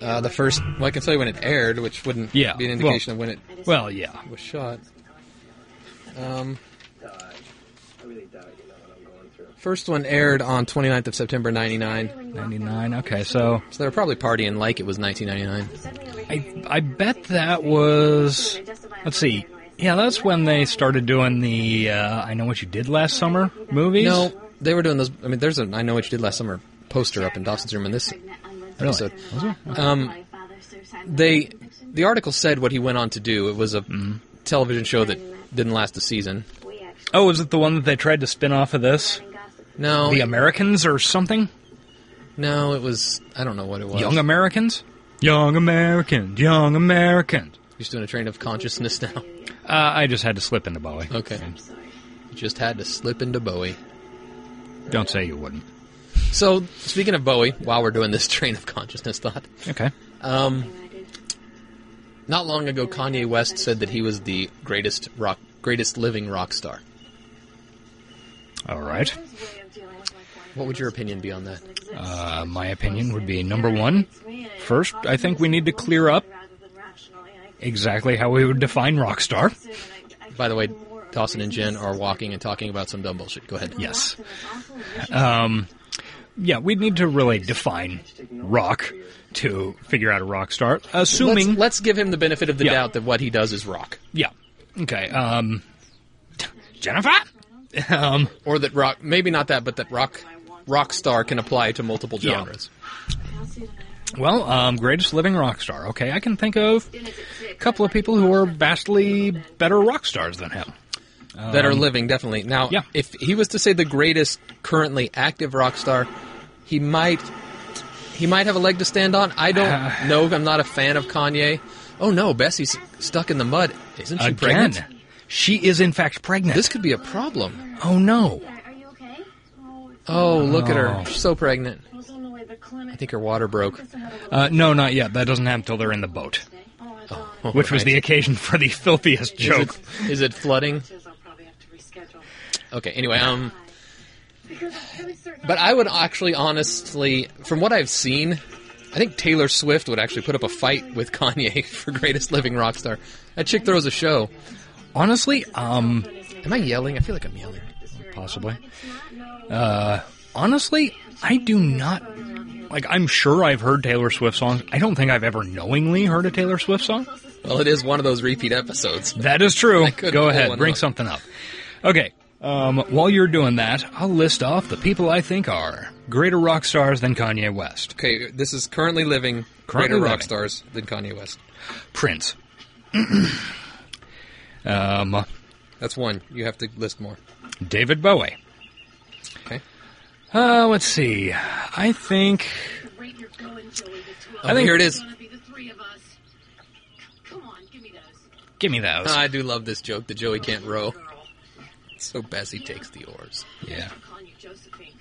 Speaker 2: Uh, the first, well, I can tell you when it aired, which wouldn't
Speaker 1: Yeah,
Speaker 2: be an
Speaker 1: well-
Speaker 2: indication of when
Speaker 1: Well, yeah.
Speaker 2: it was shot. Um,
Speaker 4: Died. I really died, you know what I'm going through.
Speaker 2: first one aired on 29th of September 99,
Speaker 1: 99. Okay, so
Speaker 2: so they were probably partying like it was 1999.
Speaker 1: I, I bet that was. Let's see. Yeah, that's when they started doing the uh, I Know What You Did Last Summer movies.
Speaker 2: No, they were doing those, I mean, there's a I Know What You Did Last Summer poster up in Dawson's room, and this episode.
Speaker 3: Um,
Speaker 2: They, the article said what he went on to do. It was a
Speaker 1: Mm-hmm.
Speaker 2: television show that didn't last a season.
Speaker 1: Oh, is it the one that they tried to spin off of this?
Speaker 2: No,
Speaker 1: The Americans or something?
Speaker 2: no, it was, I don't know what it was.
Speaker 1: Young Americans? Young Americans, Young Americans.
Speaker 2: You're just doing a train of consciousness now. (laughs)
Speaker 1: Uh, I just had to slip into Bowie.
Speaker 2: Okay. You just had to slip into Bowie.
Speaker 1: Don't say you wouldn't.
Speaker 2: So, speaking of Bowie, while we're doing this (laughs) train of consciousness thought,
Speaker 1: Okay.
Speaker 2: um, not long ago Kanye West said that he was the greatest rock, greatest living rock star.
Speaker 1: All right.
Speaker 2: What would your opinion be on that?
Speaker 1: Uh, my opinion would be number one, first, I think we need to clear up exactly how we would define rock star.
Speaker 2: By the way, Dawson and Jen are walking and talking about some dumb bullshit. Go ahead.
Speaker 1: Yes. Um, yeah, we'd need to really define rock to figure out a rock star.
Speaker 2: Let's,
Speaker 1: Assuming.
Speaker 2: let's give him the benefit of the
Speaker 1: Yeah.
Speaker 2: doubt that what he does is rock,
Speaker 1: yeah. Okay. Um, Jennifer? (laughs) Um,
Speaker 2: or that rock maybe not that, but that rock rock star can apply to multiple
Speaker 1: Yeah.
Speaker 2: genres.
Speaker 1: well, um, greatest living rock star. Okay, I can think of a couple of people who are vastly better rock stars than him.
Speaker 2: that are living definitely now
Speaker 1: Um, yeah.
Speaker 2: if he was to say the greatest currently active rock star he might he might have a leg to stand on i don't
Speaker 1: Uh,
Speaker 2: (laughs) know i'm not a fan of kanye oh no bessie's stuck in the mud isn't she
Speaker 1: Again,
Speaker 2: pregnant
Speaker 1: she is in fact pregnant.
Speaker 2: this could be a problem
Speaker 1: oh no.
Speaker 3: Are you okay? Oh,
Speaker 2: oh look at
Speaker 1: Oh.
Speaker 2: her She's so pregnant
Speaker 3: I was on the way to the clinic.
Speaker 2: i think her water broke
Speaker 1: Uh, no, not yet. That doesn't happen until they're in the boat,
Speaker 3: Oh, I thought
Speaker 2: All
Speaker 1: which was
Speaker 2: right.
Speaker 1: the occasion for the (laughs) filthiest
Speaker 2: is
Speaker 1: joke.
Speaker 2: it, is it flooding
Speaker 3: it is. I'll probably have to reschedule.
Speaker 2: okay anyway um
Speaker 3: Because I'm pretty certain
Speaker 2: But I would actually honestly, from what I've seen, I think Taylor Swift would actually put up a fight with (laughs) Kanye for greatest living rock star. That chick throws a show.
Speaker 1: Honestly, um,
Speaker 2: Am I yelling? I feel like I'm yelling.
Speaker 1: possibly. Uh, honestly, I do not. Like, I'm sure I've heard Taylor Swift songs. I don't think I've ever knowingly heard a Taylor Swift song.
Speaker 2: Well, it is one of those repeat episodes.
Speaker 1: That is true.
Speaker 2: could
Speaker 1: Go
Speaker 2: pull
Speaker 1: ahead,
Speaker 2: one
Speaker 1: bring
Speaker 2: up.
Speaker 1: something up. Okay. Um, while you're doing that, I'll list off the people I think are greater rock stars than Kanye West.
Speaker 2: Okay, this is currently living
Speaker 1: Currently
Speaker 2: greater rock
Speaker 1: living.
Speaker 2: stars than Kanye West.
Speaker 1: Prince. (clears throat) um,
Speaker 2: That's one. You have to list more.
Speaker 1: David Bowie.
Speaker 2: Okay.
Speaker 1: Uh, let's see. I think.
Speaker 3: the rate you're going, Joey, the two of
Speaker 2: Oh,
Speaker 1: think-
Speaker 2: here it
Speaker 3: us
Speaker 2: is.
Speaker 3: are going to be the three of us. Come on, give me those.
Speaker 1: Give me those.
Speaker 2: Ah, I do love this joke that Joey can't row, (laughs)
Speaker 3: Girl.
Speaker 2: so Bessie takes the oars.
Speaker 1: yeah.
Speaker 3: I'm calling you Josephine.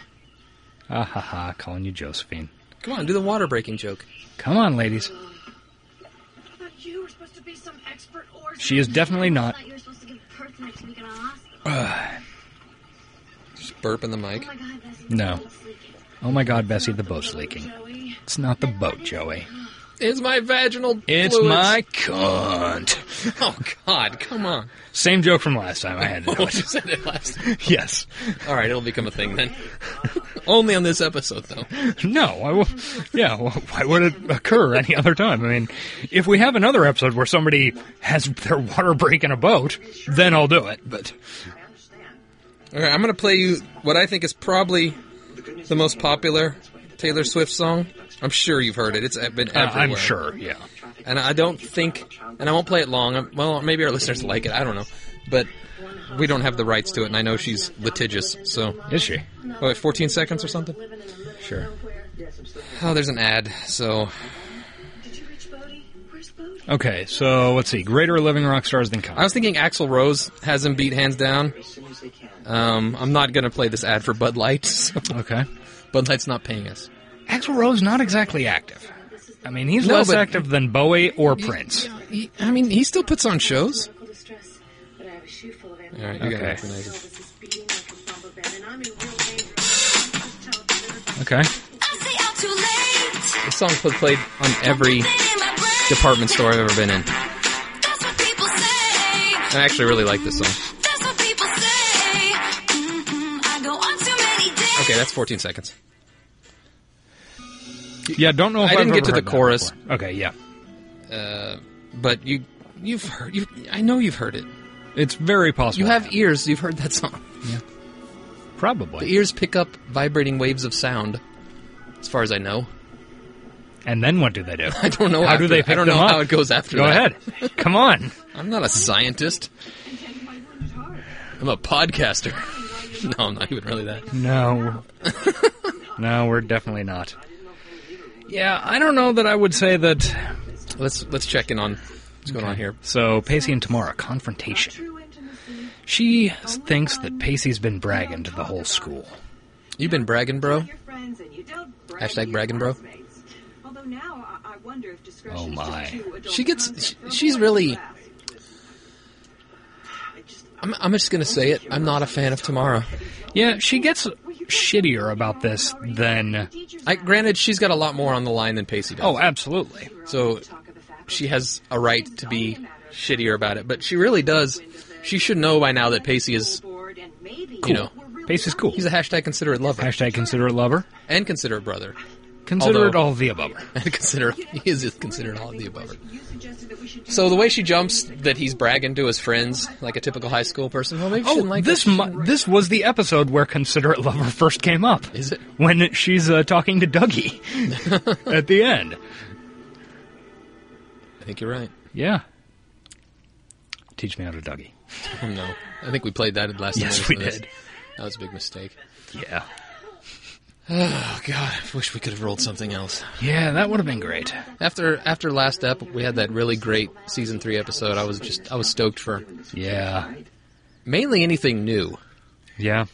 Speaker 1: Ah ha ha, calling you Josephine.
Speaker 2: Come on, do the water breaking joke.
Speaker 1: Come on, ladies. (sighs)
Speaker 3: I thought you were supposed to be some expert oarsman.
Speaker 1: She is definitely not.
Speaker 3: I thought you were supposed to give birth next week in a hospital.
Speaker 1: Oh
Speaker 2: Just burp in the mic.
Speaker 3: Oh my god, that's
Speaker 1: No.
Speaker 3: that's leaking.
Speaker 1: Oh my God, Bessie, the boat's
Speaker 3: Boat,
Speaker 1: leaking.
Speaker 3: Joey.
Speaker 1: It's not the boat, Joey.
Speaker 2: It's my vaginal.
Speaker 1: It's
Speaker 2: fluids.
Speaker 1: my cunt.
Speaker 2: (laughs) Oh God,
Speaker 1: (laughs)
Speaker 2: come on.
Speaker 1: Same joke from last time. I had to
Speaker 2: Oh,
Speaker 1: do
Speaker 2: I
Speaker 1: it.
Speaker 2: just said it last.
Speaker 1: (laughs) Yes.
Speaker 2: All right, it'll become a thing then. (laughs) Only on this episode though.
Speaker 1: No. I w- yeah. (laughs) Well, why would it occur any other time? I mean, if we have another episode where somebody has their water break in a boat, then I'll do it. But
Speaker 4: I understand.
Speaker 2: All right, I'm gonna play you what I think is probably
Speaker 4: The, good news
Speaker 2: the
Speaker 4: is
Speaker 2: most
Speaker 4: we
Speaker 2: popular
Speaker 4: can't go this way. The
Speaker 2: Taylor Swift song. I'm sure you've heard it. It's been
Speaker 1: uh,
Speaker 2: everywhere.
Speaker 1: I'm sure. Yeah.
Speaker 4: traffic
Speaker 2: And I don't think, and I won't play it long. Um, Well, maybe our listeners like it. I don't know, but we don't have the rights to it, and I know she's litigious. So,
Speaker 1: Is she?
Speaker 2: oh, wait, 14 seconds or something.
Speaker 1: Sure.
Speaker 4: Yes, I'm still here.
Speaker 2: Oh, there's an ad. So,
Speaker 3: Did you reach Bodie? Where's Bodie?
Speaker 1: Okay. So let's see. Greater living rock stars than
Speaker 2: I
Speaker 1: comics.
Speaker 2: was thinking Axl Rose has him beat hands down.
Speaker 4: As soon as they can.
Speaker 2: Um, I'm not gonna play this ad for Bud Light. (laughs) So
Speaker 1: Okay.
Speaker 2: Bud Light's not paying us.
Speaker 1: Axl Rose not exactly active. I mean, he's
Speaker 2: No,
Speaker 1: less
Speaker 2: but-
Speaker 1: active than Bowie or Prince.
Speaker 2: He- I mean, he still puts on shows.
Speaker 3: Medical distress, but I have a shoe full of
Speaker 2: All right, you gotta
Speaker 1: Okay.
Speaker 2: recognize it.
Speaker 3: Elvis is beating like a bumble bed, and I'm in real danger. This child delivered by-
Speaker 1: Okay.
Speaker 5: I stay out too late.
Speaker 2: This song was played on every
Speaker 5: Stay in my brain.
Speaker 2: department store I've ever been in.
Speaker 5: That's what people say.
Speaker 2: I actually really like this song.
Speaker 5: That's what people say. Mm-mm, I go on too many days.
Speaker 2: Okay, that's 14 seconds.
Speaker 1: Yeah. Don't know. if
Speaker 2: I didn't
Speaker 1: I've
Speaker 2: get
Speaker 1: ever
Speaker 2: to the
Speaker 1: heard that
Speaker 2: chorus.
Speaker 1: before. Okay. Yeah.
Speaker 2: But you, you've heard. You, I know you've heard it.
Speaker 1: It's very possible.
Speaker 2: You have ears. You've heard that song.
Speaker 1: probably.
Speaker 2: The ears pick up vibrating waves of sound. As far as I know, (laughs)
Speaker 1: And then what do they do?
Speaker 2: e- I don't know.
Speaker 1: How
Speaker 2: after
Speaker 1: do they
Speaker 2: that.
Speaker 1: pick
Speaker 2: I don't
Speaker 1: them
Speaker 2: know
Speaker 1: up?
Speaker 2: how it goes after
Speaker 1: Go
Speaker 2: that.
Speaker 1: ahead. Come on.
Speaker 2: I'm not a scientist.
Speaker 3: And then why wound it hard?
Speaker 2: I'm a podcaster. (laughs) no, I'm not even really that.
Speaker 1: No. (laughs) no, we're definitely not. Yeah, I don't know that I would say that.
Speaker 2: Let's let's check in on what's going on here.
Speaker 1: So, Pacey and Tamara, confrontation.
Speaker 3: True intimacy.
Speaker 1: She thinks that Pacey's been bragging to the whole school.
Speaker 2: You've been bragging, bro.
Speaker 3: Your friends and you don't brag
Speaker 2: Hashtag
Speaker 3: to your
Speaker 2: bragging, bro.
Speaker 3: classmates. Although now I, I wonder if discretion
Speaker 1: Oh
Speaker 3: is
Speaker 1: my.
Speaker 3: just too adult
Speaker 2: She gets-
Speaker 3: concept
Speaker 2: she-
Speaker 3: for a
Speaker 2: she's
Speaker 3: boy
Speaker 2: really-
Speaker 3: to grasp.
Speaker 4: I just,
Speaker 2: I'm, I'm just gonna say it. I'm not a fan of Tamara.
Speaker 1: Yeah, she gets shittier about this than.
Speaker 3: Teachers
Speaker 2: I,
Speaker 3: now
Speaker 2: granted, she's got a lot more on the line than Pacey does.
Speaker 1: Oh, absolutely.
Speaker 2: so
Speaker 3: talk of the faculty.
Speaker 2: she has a right to be shittier about it, but she really does. She should know by now that Pacey is,
Speaker 3: board and maybe
Speaker 2: you know,
Speaker 1: Pacey's cool.
Speaker 2: he's a hashtag considerate lover
Speaker 1: Hashtag considerate lover.
Speaker 2: and considerate brother (laughs)
Speaker 1: Considerate
Speaker 2: Although-
Speaker 1: all the above.
Speaker 2: and considerate. (laughs) He is considerate all of the above.
Speaker 3: You suggested that we should do
Speaker 2: So the way she jumps that he's bragging to his friends like a typical high school person. Well, maybe she
Speaker 1: Oh,
Speaker 2: didn't like
Speaker 1: this
Speaker 2: that. She
Speaker 1: mu-
Speaker 2: didn't-
Speaker 1: this was the episode where considerate lover first came up.
Speaker 2: Is it?
Speaker 1: when she's uh, talking to
Speaker 2: (laughs)
Speaker 1: Dougie at the end?
Speaker 2: I think you're right. (laughs)
Speaker 1: Yeah. Teach me how to Dougie.
Speaker 2: Oh, no, I think we played that last. time
Speaker 1: Yes,
Speaker 2: was
Speaker 1: we
Speaker 2: this.
Speaker 1: did.
Speaker 2: That was a big mistake.
Speaker 1: Yeah.
Speaker 2: Oh God, I wish we could have rolled something else.
Speaker 1: Yeah, that would have been great.
Speaker 2: After after last ep, we had that really great season three episode. I was just I was stoked for
Speaker 1: Yeah.
Speaker 2: mainly anything new.
Speaker 1: Yeah.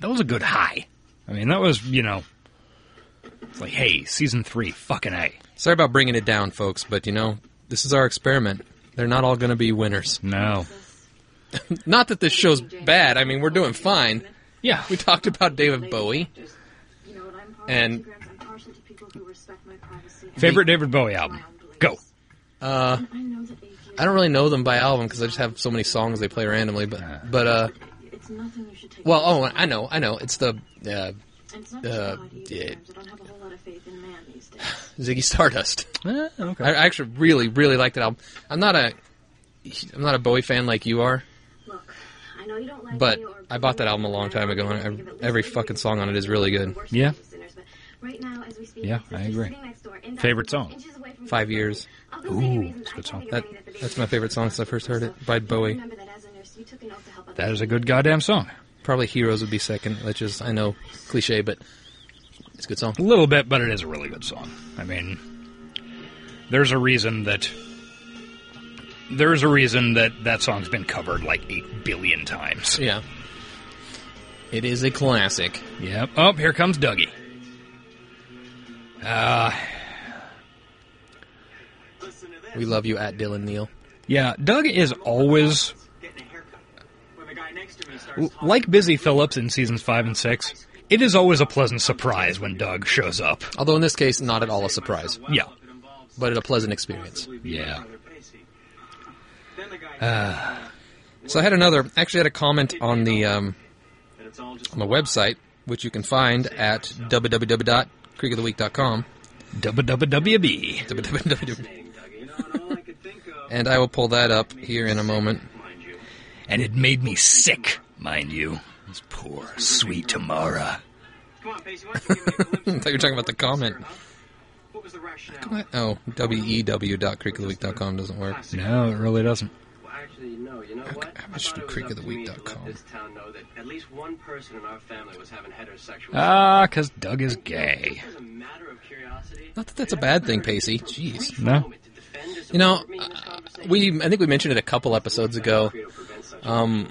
Speaker 1: That was a good high. I mean, that was, you know, it's like, hey, season three, fucking A.
Speaker 2: Sorry about bringing it down, folks, but you know, this is our experiment. They're not all going to be winners.
Speaker 1: No.
Speaker 2: Not that this show's bad. I mean, we're doing fine.
Speaker 1: Yeah.
Speaker 2: We talked about David Bowie.
Speaker 3: You know what I'm partial
Speaker 2: And-
Speaker 3: to, Grant? I'm partial to people who respect my privacy.
Speaker 1: Favorite David Bowie album? Go.
Speaker 3: And I know that atheists-
Speaker 2: Uh, I don't really know them by album because I just have so many songs they play randomly. But but uh,
Speaker 3: It's nothing you should take.
Speaker 2: well, oh, I know, I know. It's the uh,
Speaker 3: And it's not
Speaker 2: uh,
Speaker 3: just God either,
Speaker 2: yeah.
Speaker 3: James. I don't have a whole lot of faith in man these days.
Speaker 2: Ziggy Stardust.
Speaker 1: Eh, okay.
Speaker 2: I I actually really really like that album. I'm not a I'm not a Bowie fan like you are,
Speaker 3: Look, I know you don't like
Speaker 2: but
Speaker 3: me or-
Speaker 2: I bought that album a long time ago, and I- every fucking song on it is really good.
Speaker 1: Yeah.
Speaker 6: Right now, as we speak,
Speaker 1: Yeah,
Speaker 6: my sister's
Speaker 1: I agree.
Speaker 6: sitting next door in that
Speaker 1: Favorite
Speaker 6: room,
Speaker 1: song?
Speaker 6: inches away from
Speaker 2: Five
Speaker 6: the
Speaker 2: Years.
Speaker 6: balcony. I'll go say
Speaker 1: Ooh,
Speaker 6: reasons
Speaker 1: it's a
Speaker 6: I
Speaker 1: good
Speaker 6: can't
Speaker 1: song.
Speaker 6: think of
Speaker 2: That
Speaker 6: any the baby
Speaker 2: that's my favorite song since I first heard it by Bowie.
Speaker 6: Remember that as a nurse, you took an oath to help
Speaker 1: That
Speaker 6: others.
Speaker 1: is a good goddamn song.
Speaker 2: Probably Heroes would be second, which is I know cliche, but it's a good song.
Speaker 1: A little bit, but it is a really good song. I mean, there's a reason that there's a reason that that song's been covered like eight billion times.
Speaker 2: Yeah, it is a classic.
Speaker 1: Yep. Oh, here comes Dougie.
Speaker 4: Listen to this.
Speaker 2: We love you at Dylan Neal.
Speaker 1: Yeah, Doug is always
Speaker 4: Getting a haircut. When the guy next to me starts talking-
Speaker 1: like Busy Phillips in seasons five and six. It is always a pleasant surprise when Doug shows up.
Speaker 2: Although in this case, not at all a surprise,
Speaker 4: Well,
Speaker 1: Yeah.
Speaker 4: if it involves
Speaker 2: but a pleasant experience.
Speaker 4: possibly being
Speaker 1: Yeah.
Speaker 4: Brother Pacey. Then the guy
Speaker 2: Ah.
Speaker 4: tells me
Speaker 2: So I had another. Actually, had a comment on the um,
Speaker 4: that it's all just
Speaker 2: on the website, which you can find at (laughs) www.creekoftheweek.com.
Speaker 1: WWWB.
Speaker 2: www.
Speaker 4: fascinating, Dougie. You know, and all I could think
Speaker 2: (laughs)
Speaker 4: of,
Speaker 2: And I will pull that up here in a moment.
Speaker 4: mind you,
Speaker 1: And it made me sick, mind you. This poor, sweet Tamara.
Speaker 4: Come on, Pacey, why don't you give me a
Speaker 2: (laughs)
Speaker 4: glimpse
Speaker 2: I thought you were talking about the comment.
Speaker 4: What was the rationale?
Speaker 2: What? Oh, www.creekoftheweek.com doesn't work.
Speaker 4: Classic.
Speaker 1: No, it really doesn't.
Speaker 4: Well, actually, no. You know what?
Speaker 2: how
Speaker 4: I
Speaker 2: much
Speaker 4: thought
Speaker 2: do
Speaker 4: it was
Speaker 2: Creek
Speaker 4: up
Speaker 2: of the
Speaker 4: to
Speaker 2: Week
Speaker 4: me to
Speaker 2: dot
Speaker 4: let
Speaker 2: com?
Speaker 4: This town know that at least one person in our family was having heterosexual.
Speaker 1: Ah, because Doug is
Speaker 4: Just
Speaker 1: gay.
Speaker 4: as a matter of curiosity,
Speaker 2: Not that that's a bad thing, Pacey. Jeez.
Speaker 1: No.
Speaker 2: You know, uh, we I think we mentioned it a couple episodes ago. (laughs)
Speaker 4: (laughs)
Speaker 2: Um,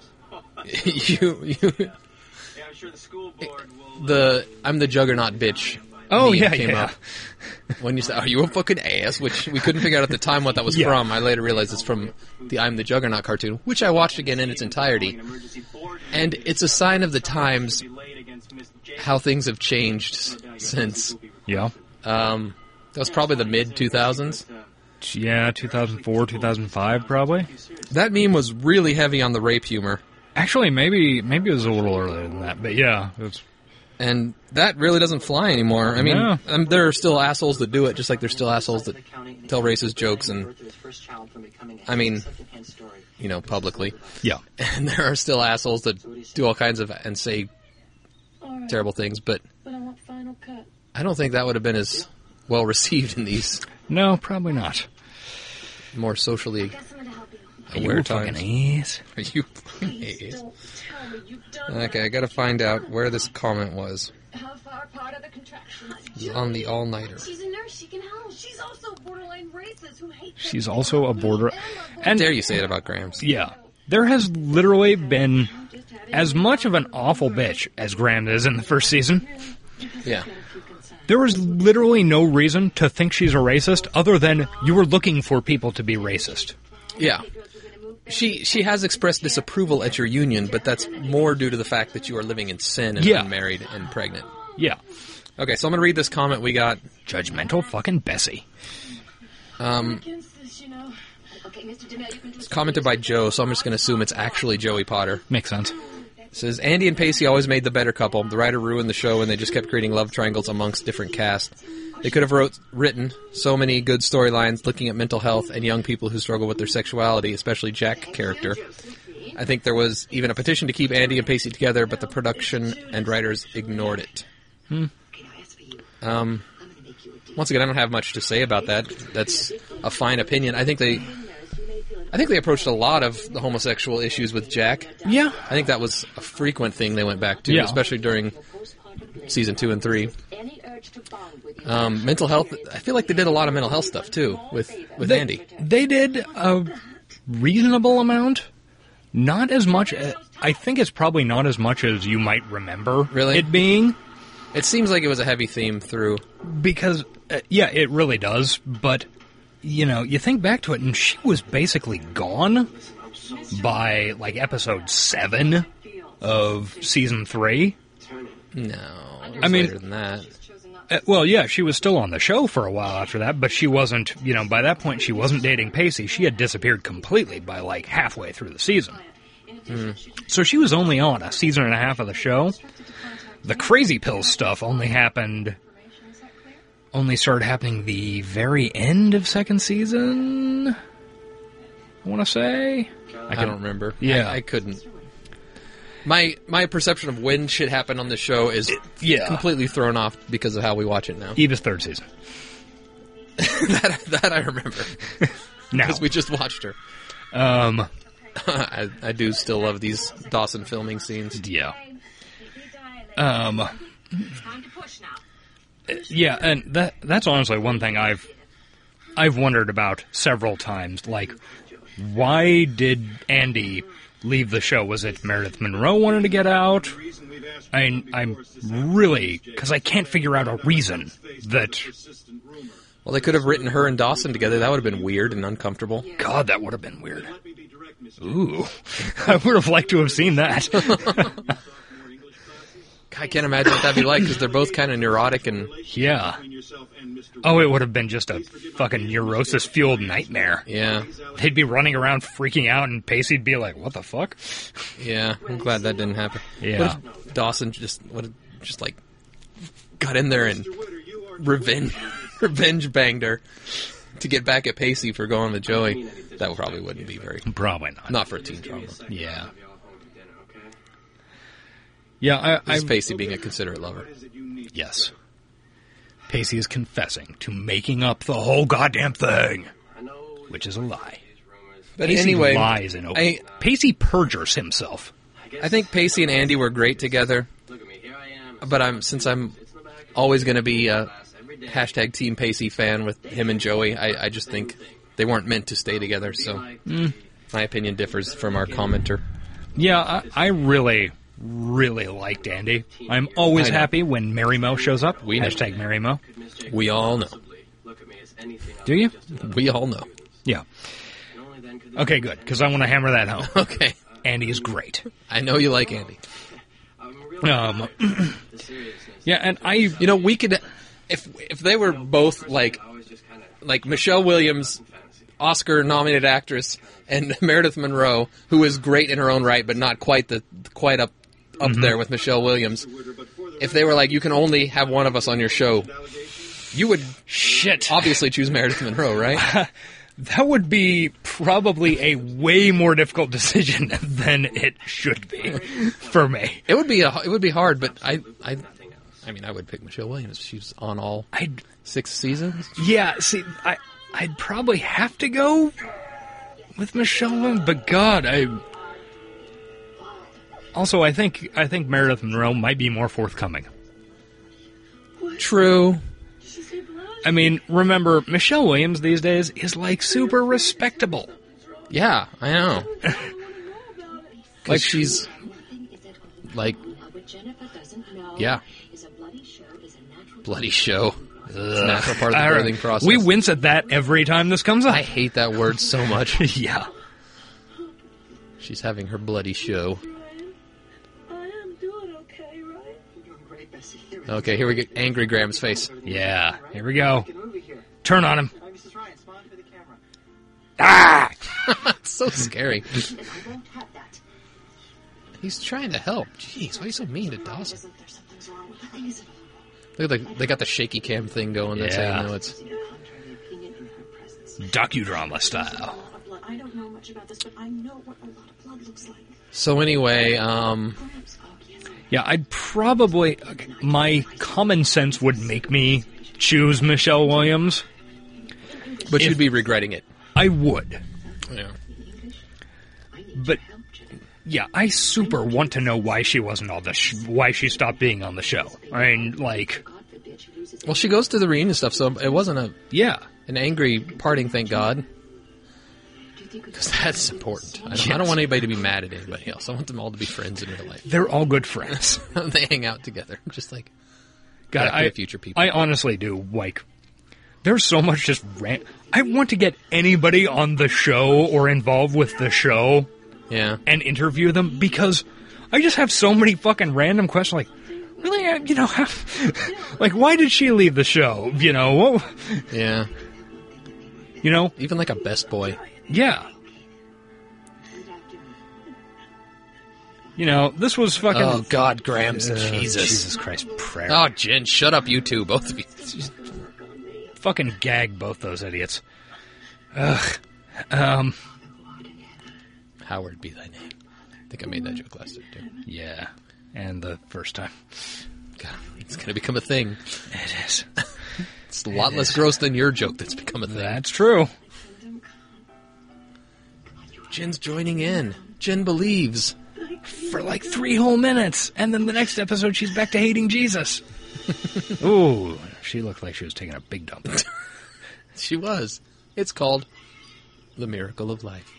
Speaker 2: you you
Speaker 4: yeah, I'm sure the school board will. uh,
Speaker 2: eh, the I'm the juggernaut bitch.
Speaker 1: Oh,
Speaker 2: meme
Speaker 1: yeah,
Speaker 2: came
Speaker 1: yeah.
Speaker 2: Up when you said, "Are you a fucking ass?" Which we couldn't figure out at the time what that
Speaker 1: (laughs)
Speaker 2: was
Speaker 1: Yeah.
Speaker 2: from. I later realized it's from the I'm the Juggernaut cartoon, which I watched again in its entirety.
Speaker 4: an emergency board
Speaker 2: And
Speaker 4: meeting
Speaker 2: it's a sign of the times
Speaker 4: to be laid against Miss Jacobs.
Speaker 2: how things have changed s-
Speaker 4: No doubt your services
Speaker 2: since.
Speaker 4: will be required.
Speaker 1: Yeah.
Speaker 2: Um, that was probably the mid 2000s.
Speaker 4: But, uh,
Speaker 1: Yeah, 2004, 2005, probably.
Speaker 2: That meme was really heavy on the rape humor,
Speaker 1: Actually, maybe maybe it was a little earlier than that, but yeah, it's
Speaker 2: and that really doesn't fly anymore. I mean,
Speaker 1: No.
Speaker 2: um, there are still assholes that do it, just like there's still assholes that tell racist jokes and I mean, you know publicly.
Speaker 1: yeah,
Speaker 2: (laughs) and there are still assholes that do all kinds of and say terrible things, but
Speaker 6: But I want final cut.
Speaker 2: I don't think that would have been as well received in these
Speaker 1: no, probably not.
Speaker 2: more socially
Speaker 6: Got someone to help
Speaker 2: (laughs)
Speaker 6: you.
Speaker 2: aware times.
Speaker 1: ass.
Speaker 2: (laughs) Are you
Speaker 6: Please
Speaker 2: fucking
Speaker 6: don't tell me you've done that.
Speaker 2: Okay, I gotta find out where this comment was.
Speaker 6: How far apart are the contractions?
Speaker 2: It's on the all nighter.
Speaker 6: She's a nurse. She can help. She's also borderline racist who hates.
Speaker 1: She's also a border,
Speaker 2: How
Speaker 1: and
Speaker 2: dare you say it about Grams?
Speaker 1: yeah, there has literally been as much of an awful bitch as Graham is in the first season.
Speaker 2: Yeah.
Speaker 1: There was literally no reason to think she's a racist other than you were looking for people to be racist.
Speaker 2: Yeah. She she has expressed disapproval at your union, but that's more due to the fact that you are living in sin and
Speaker 1: Yeah.
Speaker 2: unmarried and pregnant.
Speaker 1: Yeah,
Speaker 2: Okay, so I'm gonna read this comment we got.
Speaker 1: judgmental fucking Bessie.
Speaker 6: Against this, you know. Okay, Mr. DeMille, you can do
Speaker 2: It's um, commented by Joe, so I'm just gonna assume it's actually Joey Potter.
Speaker 1: Makes sense.
Speaker 2: Says Andy and Pacey always made the better couple. The writer ruined the show when they just kept creating love triangles amongst different casts. They could have wrote written so many good storylines looking at mental health and young people who struggle with their sexuality, especially Jack character. I think there was even a petition to keep Andy and Pacey together, but the production and writers ignored it. Um, once again, I don't have much to say about that. That's a fine opinion. I think they, I think they approached a lot of the homosexual issues with Jack.
Speaker 1: Yeah,
Speaker 2: I think that was a frequent thing they went back to,
Speaker 1: Yeah.
Speaker 2: especially during season two and three.
Speaker 7: Any urge to bond with you.
Speaker 2: Um, mental health. I feel like they did a lot of mental health stuff too with with
Speaker 1: they,
Speaker 2: Andy.
Speaker 1: They did a reasonable amount. Not as much. a- I think it's probably not as much as you might remember
Speaker 2: Really?
Speaker 1: it being,
Speaker 2: It seems like it was a heavy theme through.
Speaker 1: because uh, yeah, it really does. But you know, you think back to it, and she was basically gone by like episode seven of season three.
Speaker 2: No, it was
Speaker 1: I mean-
Speaker 2: later than that.
Speaker 1: Uh, well, yeah, she was still on the show for a while after that, but she wasn't. You know, by that point, she wasn't dating Pacey. She had disappeared completely by like halfway through the season.
Speaker 2: hmm.
Speaker 1: So she was only on a season and a half of the show. The crazy pill stuff only happened. Only started happening the very end of second season. I want to say.
Speaker 2: I,
Speaker 1: can-
Speaker 2: don't remember.
Speaker 1: Yeah.
Speaker 2: I, I couldn't. My my perception of when shit happened on the show is
Speaker 1: yeah.
Speaker 2: completely thrown off because of how we watch it now.
Speaker 1: Eva's third season.
Speaker 2: (laughs) that, that I remember
Speaker 1: Now,
Speaker 2: because we just watched her.
Speaker 1: um,
Speaker 2: (laughs) I, I do still love these Dawson filming scenes.
Speaker 1: yeah, um.
Speaker 5: Time to push now.
Speaker 1: Yeah, and that that's honestly one thing I've I've wondered about several times. Like, why did Andy leave the show? Was it Meredith Monroe wanted to get out? I, I'm really because I can't figure out a reason that
Speaker 2: Well, they could have written her and Dawson together. That would have been weird and uncomfortable.
Speaker 1: God that would have been weird. Ooh, (laughs) I would have liked to have seen that.
Speaker 2: I can't imagine what that'd be like because they're both kind of neurotic and
Speaker 1: yeah. Oh, it would have been just a fucking neurosis fueled nightmare.
Speaker 2: yeah,
Speaker 1: They'd be running around freaking out, and Pacey'd be like, "What the fuck?"
Speaker 2: yeah. I'm glad that didn't happen.
Speaker 1: Yeah.
Speaker 2: What if Dawson just what if- just like got in there and revenge (laughs) revenge banged her to get back at Pacey for going with Joey. That probably wouldn't be very
Speaker 1: Probably not.
Speaker 2: not for a teen drama.
Speaker 1: Yeah.
Speaker 4: I'll be all home to dinner, okay?
Speaker 1: Yeah. I,
Speaker 2: This
Speaker 1: I
Speaker 2: is Pacey being a considerate lover.
Speaker 1: yes. Pacey is confessing to making up the whole goddamn thing,
Speaker 4: I know
Speaker 1: which is a lie.
Speaker 2: But
Speaker 1: Pacey
Speaker 2: anyway,
Speaker 1: lies in open.
Speaker 2: I-
Speaker 1: Pacey perjures himself.
Speaker 4: I guess
Speaker 2: I think Pacey and Andy were great together.
Speaker 4: look at me, here I am.
Speaker 2: But I'm since I'm
Speaker 4: It's in the back of
Speaker 2: always going to be a
Speaker 4: class every day.
Speaker 2: hashtag Team Pacey fan with him and Joey, I, I just think they weren't meant to stay together. So hmm, my opinion differs from our commenter.
Speaker 1: Yeah, I, I really, really liked Andy. I'm always
Speaker 2: I know.
Speaker 1: happy when Mary Mo shows up.
Speaker 2: We know.
Speaker 1: Hashtag Mary Mo.
Speaker 2: We all know.
Speaker 4: Look at me as anything
Speaker 1: Do you?
Speaker 2: We all know.
Speaker 1: Yeah.
Speaker 4: and only then could
Speaker 1: Okay, good, because I want to hammer that home.
Speaker 2: (laughs) Okay.
Speaker 1: Andy is great.
Speaker 2: I know you like Andy.
Speaker 4: I'm really
Speaker 1: Um,
Speaker 4: (clears throat)
Speaker 1: (clears throat)
Speaker 4: the seriousness.
Speaker 1: yeah, and I,
Speaker 2: You know, we could if if they were both like
Speaker 4: I always just kind of
Speaker 2: like Michelle Williams, Oscar nominated actress, and (laughs) Meredith Monroe, who is great in her own right, but not quite the quite up up there with Michelle Williams. If they were like, you can only have one of us on your show, you would
Speaker 1: shit.
Speaker 2: obviously choose Meredith Monroe, right?
Speaker 1: That would be probably a way more difficult (laughs) decision than it should be for me.
Speaker 2: It would be a, it would be hard, but I I I mean I would pick Michelle Williams. She's on all
Speaker 1: I'd
Speaker 2: six seasons.
Speaker 1: yeah, see, I I'd probably have to go with Michelle, Williams, but God, I. Also, I think I think Meredith Monroe might be more forthcoming.
Speaker 2: True.
Speaker 1: I mean, remember Michelle Williams these days is like super respectable.
Speaker 2: Yeah, I know. like she's like
Speaker 7: What Jennifer doesn't know
Speaker 2: yeah,
Speaker 7: is a bloody show is a natural
Speaker 2: bloody show. It's a natural part of
Speaker 1: All
Speaker 2: the
Speaker 1: right.
Speaker 2: birthing process.
Speaker 1: We wince at that every time this comes up.
Speaker 2: I hate that word so
Speaker 1: (laughs)
Speaker 2: much.
Speaker 1: yeah.
Speaker 2: She's having her bloody show.
Speaker 6: I am doing okay, right?
Speaker 4: You're great, Bessie. Here it is.
Speaker 2: Okay, here we get angry Graham's face. (laughs)
Speaker 1: Yeah. Here we go.
Speaker 4: Get over here.
Speaker 1: Turn on him.
Speaker 4: All right, Mrs. Ryan, smile for the camera.
Speaker 1: Ah!
Speaker 2: It's so scary.
Speaker 7: and I won't have that.
Speaker 2: He's trying to help. Jeez, why are you so mean to Dawson?
Speaker 7: Isn't there something's wrong with the thing? Is it
Speaker 2: Look, at the, they got the shaky cam thing going. That's how
Speaker 1: Yeah.
Speaker 2: you know it's.
Speaker 7: in a contrary opinion in her presence?
Speaker 2: Mm.
Speaker 1: docudrama style.
Speaker 7: A lot of blood. I don't know much about this, but I know what a lot of blood looks like.
Speaker 2: So anyway, um,
Speaker 7: Perhaps, oh yes,
Speaker 1: Yeah, I'd probably my common sense would make me choose Michelle Williams.
Speaker 2: but you'd be regretting it.
Speaker 1: I would,
Speaker 2: Yeah.
Speaker 1: but yeah, I super want to know why she wasn't on the sh- why she stopped being on the show. I mean, like,
Speaker 7: God forbid she loses
Speaker 2: Well, she goes to the reunion stuff, so it wasn't a
Speaker 1: yeah,
Speaker 2: an angry parting. Thank God, because that's important. I don't, I don't want anybody to be mad at anybody else. I want them all to be friends in real life. (laughs)
Speaker 1: they're all good friends. (laughs)
Speaker 2: they hang out together, (laughs) just like
Speaker 1: God,
Speaker 2: Back to
Speaker 1: I,
Speaker 2: the future people.
Speaker 1: I honestly do like. There's so much just rant. I want to get anybody on the show or involved with the show
Speaker 2: yeah.
Speaker 1: and interview them because I just have so many fucking random questions. Like, really, uh, you know, (laughs) how, like why did she leave the show? You know, what,
Speaker 2: Yeah,
Speaker 1: you know,
Speaker 2: even like a best boy.
Speaker 1: yeah, you know, this was fucking.
Speaker 2: Oh God, Grams,
Speaker 1: Uh,
Speaker 2: Jesus.
Speaker 1: Jesus Christ, prayer.
Speaker 2: Oh, Jen, shut up, you two, both of you.
Speaker 1: Fucking gag both those idiots.
Speaker 2: Howard, be thy name. I think I made that joke last time too.
Speaker 1: Yeah, and the first time
Speaker 2: God, it's gonna become a thing.
Speaker 1: it is.
Speaker 2: It's a lot less gross than your joke that's become a thing.
Speaker 1: That's true.
Speaker 2: Jen's joining in. Jen believes.
Speaker 1: for like three whole minutes, and then the next episode she's back to hating Jesus. (laughs) Ooh, she looked like she was taking a big dump.
Speaker 2: She was. It's called The Miracle of Life.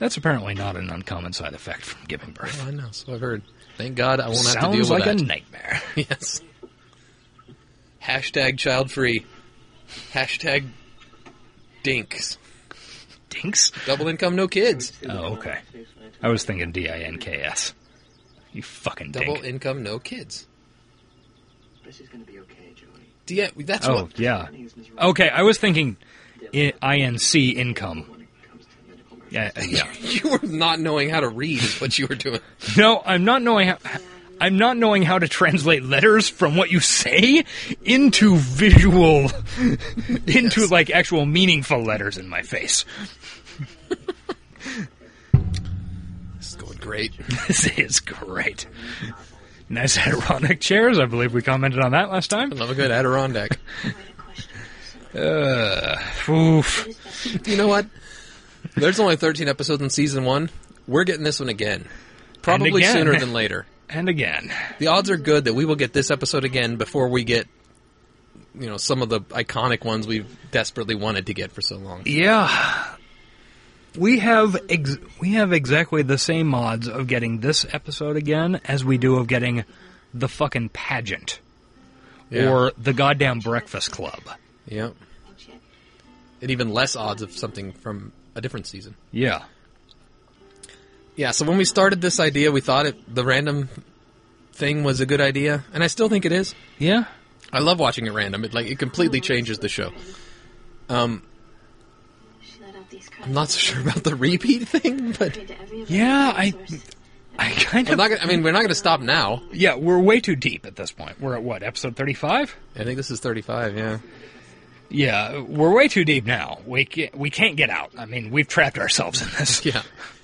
Speaker 1: That's apparently not an uncommon side effect from giving birth.
Speaker 2: Oh, I know, so I've heard. Thank God I won't have to deal
Speaker 1: Sounds
Speaker 2: with
Speaker 1: like
Speaker 2: that. (laughs)
Speaker 1: a nightmare.
Speaker 2: Yes. Hashtag child free. Hashtag dinks.
Speaker 1: Dinks.
Speaker 2: Double income, no kids.
Speaker 1: Oh, okay. I was thinking D I N K S. You fucking
Speaker 2: Double
Speaker 1: dink.
Speaker 2: income, no kids.
Speaker 4: Bessie's gonna be okay, Joey.
Speaker 2: Yeah, that's
Speaker 1: oh
Speaker 2: what.
Speaker 1: yeah. Oh.
Speaker 4: Honey is miserable
Speaker 1: Okay, I was thinking I N C income.
Speaker 4: when it comes to medical emergencies.
Speaker 1: Yeah, (laughs) yeah.
Speaker 2: (laughs) You were not knowing how to read is what you were doing.
Speaker 1: No, I'm not knowing how. I'm not knowing how to translate letters from what you say into visual, (laughs) into like actual meaningful letters in my face. (laughs)
Speaker 2: This is going great.
Speaker 1: This is great. Nice ironic chairs. I believe we commented on that last time.
Speaker 2: Love a
Speaker 1: (laughs)
Speaker 2: good Adirondack.
Speaker 1: Oof.
Speaker 2: You know what? There's only 13 episodes in season one. We're getting this one again. Probably
Speaker 1: again. (laughs)
Speaker 2: sooner than later.
Speaker 1: And again,
Speaker 2: The odds are good that we will get this episode again before we get, you know, some of the iconic ones we've desperately wanted to get for so long.
Speaker 1: yeah. We have ex- we have exactly the same odds of getting this episode again as we do of getting the fucking pageant or the goddamn Breakfast Club.
Speaker 2: yeah, and even less odds of something from a different season.
Speaker 1: Yeah.
Speaker 2: Yeah, so when we started this idea, we thought it, the random thing was a good idea, and I still think it is.
Speaker 1: Yeah.
Speaker 2: I love watching it random. It like it completely changes the show. Um,
Speaker 7: She let out these
Speaker 2: I'm not so (laughs) sure about the repeat thing, but
Speaker 1: Yeah, I I kind
Speaker 2: I'm
Speaker 1: of
Speaker 2: not. Gonna, I mean, we're not going to stop now.
Speaker 1: Yeah, we're way too deep at this point. We're at what? Episode 35?
Speaker 2: I think this is 35. Yeah,
Speaker 1: Yeah, we're way too deep now. We can't, we can't get out. I mean, we've trapped ourselves in this.
Speaker 2: (laughs) yeah.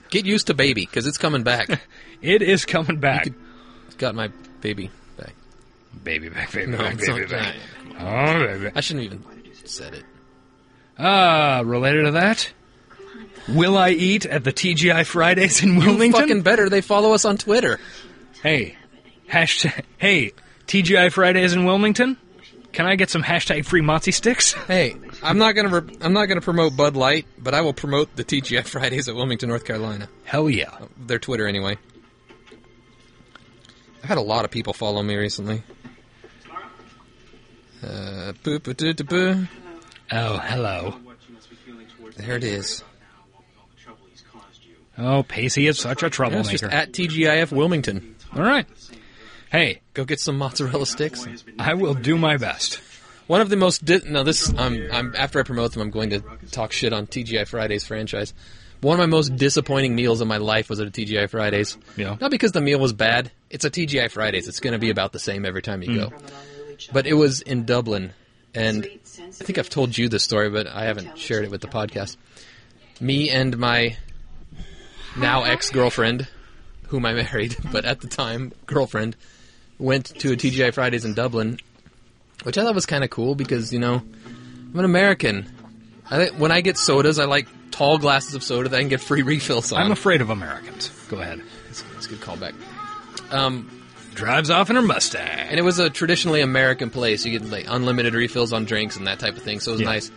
Speaker 2: Get used to baby because it's coming (laughs) back.
Speaker 1: It is coming back.
Speaker 2: got my baby back.
Speaker 1: Baby back, baby
Speaker 2: No,
Speaker 1: back,
Speaker 2: it's
Speaker 1: baby
Speaker 2: not
Speaker 1: back.
Speaker 2: that.
Speaker 1: Oh, baby.
Speaker 2: I shouldn't have even said it.
Speaker 1: Ah, related to that, will I eat at the TGI Fridays in Wilmington?
Speaker 2: Fucking better. They follow us on Twitter.
Speaker 1: hey, hashtag. Hey, TGI Fridays in Wilmington. Can I get some hashtag free Mozzie sticks?
Speaker 2: Hey, I'm not gonna re- I'm not gonna promote Bud Light, but I will promote the TGI Fridays at Wilmington, North Carolina.
Speaker 1: Hell yeah.
Speaker 2: Their Twitter, anyway. I've had a lot of people follow me recently. Uh, boo, boo, doo, doo, boo.
Speaker 1: Oh, hello.
Speaker 2: There it is.
Speaker 1: Oh, Pacey is such a
Speaker 2: Yeah, it's just
Speaker 1: troublemaker.
Speaker 2: at TGIF Wilmington.
Speaker 1: All right. Hey,
Speaker 2: Go get some mozzarella sticks.
Speaker 1: I will do my best.
Speaker 2: One of the most di- no this I'm I'm after I promote them I'm going to talk shit on TGI Fridays franchise. One of my most disappointing meals of my life was at a TGI Fridays.
Speaker 1: Yeah.
Speaker 2: Not because the meal was bad. It's a TGI Fridays. It's going to be about the same every time you
Speaker 1: Hmm.
Speaker 2: go. But it was in Dublin, and I think I've told you this story, but I haven't shared it with the podcast. Me and my now ex girlfriend, whom I married, (laughs) but at the time girlfriend, went to a TGI Fridays in Dublin, which I thought was kind of cool because you know I'm an American. I think when I get sodas, I like tall glasses of soda that I can get free refills on.
Speaker 1: I'm afraid of Americans. Go ahead.
Speaker 2: That's that's a good callback. Um,
Speaker 1: Drives off in her Mustang.
Speaker 2: and it was a traditionally American place. You get like unlimited refills on drinks and that type of thing, so it was
Speaker 1: Yeah.
Speaker 2: nice.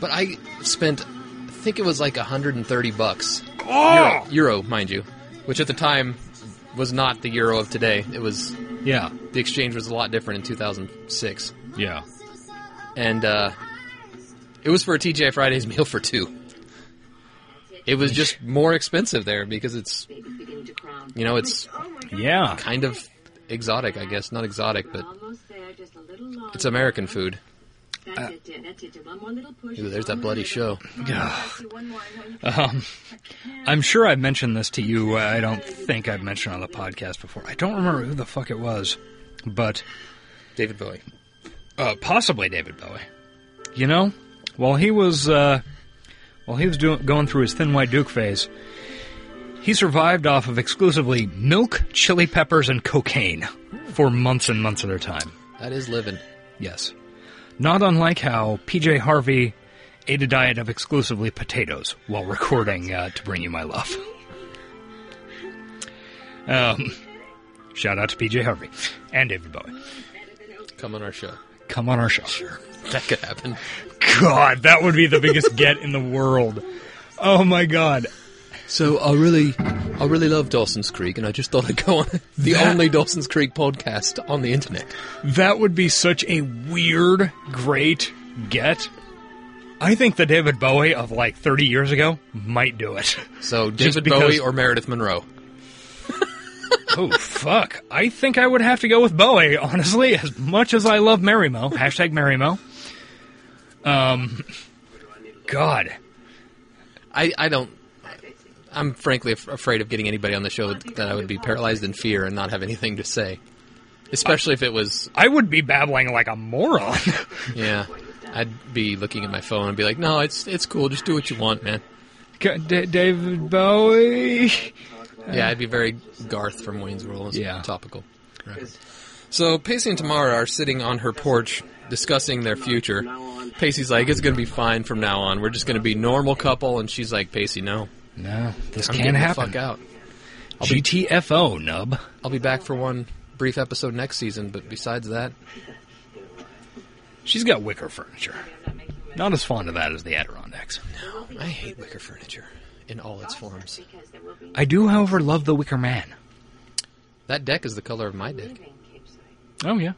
Speaker 2: But I spent, I think it was like 130 bucks
Speaker 1: oh!
Speaker 2: euro, mind you, which at the time was not the euro of today. It was
Speaker 1: Yeah.
Speaker 2: the exchange was a lot different in 2006,
Speaker 1: Yeah.
Speaker 2: and uh, it was for a TJ Fridays (laughs) meal for two. It was just more expensive there because it's,
Speaker 3: Baby's beginning to Oh crown.
Speaker 2: you know, it's
Speaker 1: Yeah.
Speaker 2: kind of exotic, I guess. Not exotic, but
Speaker 3: Almost there, just a little longer.
Speaker 2: it's American food.
Speaker 3: That's it, dear. That's it, dear. One more little push.
Speaker 2: Ooh, there's that bloody show.
Speaker 1: Um,
Speaker 2: (laughs)
Speaker 1: I'm sure I've mentioned this to you. I don't think I've mentioned on the podcast before. I don't remember who the fuck it was, but
Speaker 2: David Bowie.
Speaker 1: uh, possibly David Bowie. You know, while he was uh, while he was doing, going through his thin white Duke phase, he survived off of exclusively milk, chili peppers, and cocaine for months and months at a time.
Speaker 2: That is living.
Speaker 1: Yes. Not unlike how PJ Harvey ate a diet of exclusively potatoes while recording uh, To Bring You My Love. Um, shout out to PJ Harvey and David Bowie.
Speaker 2: Come on our show. (laughs)
Speaker 1: Come on our show.
Speaker 2: That could happen.
Speaker 1: (laughs) God, that would be the biggest get in the world. Oh my God.
Speaker 2: So I really, I really love Dawson's Creek, and I just thought I'd go on (laughs) the
Speaker 1: That-
Speaker 2: only Dawson's Creek podcast on the internet.
Speaker 1: That would be such a weird, great get. I think the David Bowie of like 30 years ago might do it. (laughs)
Speaker 2: So
Speaker 1: Just
Speaker 2: David
Speaker 1: because-
Speaker 2: Bowie or Meredith Monroe.
Speaker 1: oh, fuck. I think I would have to go with Bowie, honestly, as much as I love Mary
Speaker 2: (laughs)
Speaker 1: Mo. Hashtag Mary Mo. Um, God.
Speaker 2: I, I don't. I'm frankly af- afraid of getting anybody on the show that, that I would be paralyzed in fear and not have anything to say, especially if it was.
Speaker 1: I would be babbling like a moron. (laughs)
Speaker 2: Yeah, I'd be looking at my phone and be like, "No, it's it's cool. Just do what you want, man."
Speaker 1: G- D- David Bowie.
Speaker 2: Yeah, I'd be very Garth from Wayne's World.
Speaker 1: Yeah.
Speaker 2: Yeah, topical. So Pacey and Tamara are sitting on her porch discussing their future. Pacey's like, "It's going to be fine from now on. We're just going to be normal couple," and she's like, "Pacey, no,
Speaker 1: No, this
Speaker 2: I'm
Speaker 1: can't
Speaker 2: getting
Speaker 1: happen.
Speaker 2: The fuck out.
Speaker 1: GTFO, nub.
Speaker 2: I'll be back for one brief episode next season, but besides that,
Speaker 1: She's got wicker furniture. Not as fond of that as the Adirondacks.
Speaker 2: I hate wicker furniture in all its forms.
Speaker 1: I do, however, love the Wicker Man.
Speaker 2: That deck is the color of my deck.
Speaker 1: Oh yeah.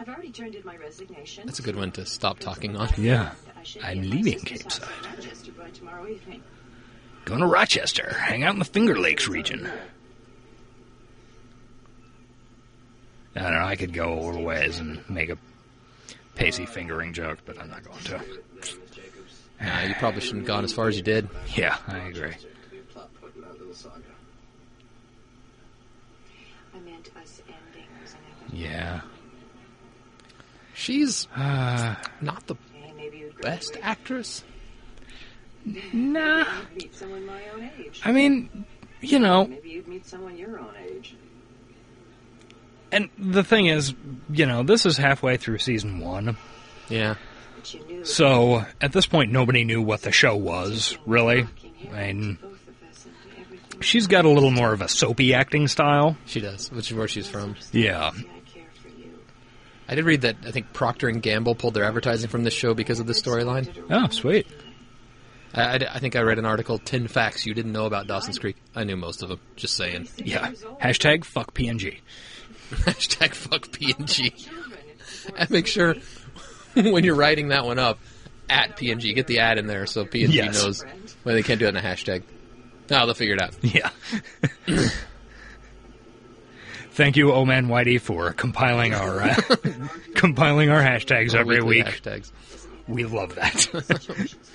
Speaker 3: I've already turned in my resignation.
Speaker 2: That's a good one to stop talking on.
Speaker 1: Yeah.
Speaker 3: I should
Speaker 1: I'm
Speaker 3: be at my
Speaker 1: leaving
Speaker 3: sister's house
Speaker 1: Capeside.
Speaker 3: in Rochester by tomorrow evening.
Speaker 1: Going to Rochester, hang out in the Finger Lakes region. I don't know, I could go a little ways and make a pacey fingering joke, but I'm not going to.
Speaker 2: Nah, you probably shouldn't have gone as far as you did.
Speaker 1: Yeah, I agree.
Speaker 7: I meant us ending as an
Speaker 1: Yeah.
Speaker 2: She's
Speaker 1: Uh,
Speaker 2: not the
Speaker 7: Hey, maybe you'd
Speaker 2: best
Speaker 7: graduate
Speaker 2: actress.
Speaker 1: nah.
Speaker 7: and meet someone my own age.
Speaker 1: I mean, you know,
Speaker 7: Maybe you'd meet someone your own age.
Speaker 1: and the thing is, you know, this is halfway through season one.
Speaker 2: Yeah.
Speaker 7: But you knew
Speaker 1: So at this point, nobody knew what the show was, really.
Speaker 7: fucking
Speaker 1: I
Speaker 7: hell
Speaker 1: mean,
Speaker 7: to both of us and to everything
Speaker 1: she's got a little more of a soapy acting style.
Speaker 2: She does, which is where she's from.
Speaker 1: Yeah.
Speaker 7: I care for you.
Speaker 2: I did read that I think Procter and Gamble pulled their advertising from this show because of the storyline.
Speaker 1: Oh, sweet.
Speaker 2: (laughs) I, I, I think I read an article, 10 facts you didn't know about Dawson's Creek. I knew most of them. Just saying. (laughs)
Speaker 1: Yeah. Hashtag fuck PNG.
Speaker 2: Hashtag fuck PNG. (laughs) And make sure when you're writing that one up, at PNG, get the ad in there so PNG
Speaker 1: Yes.
Speaker 2: knows. Well, they can't do it in a hashtag. No, they'll figure it out.
Speaker 1: Yeah. Thank you, O Man Whitey, for compiling our uh, (laughs) compiling our hashtags every
Speaker 2: Weekly
Speaker 1: week.
Speaker 2: Hashtags.
Speaker 1: We love that. (laughs)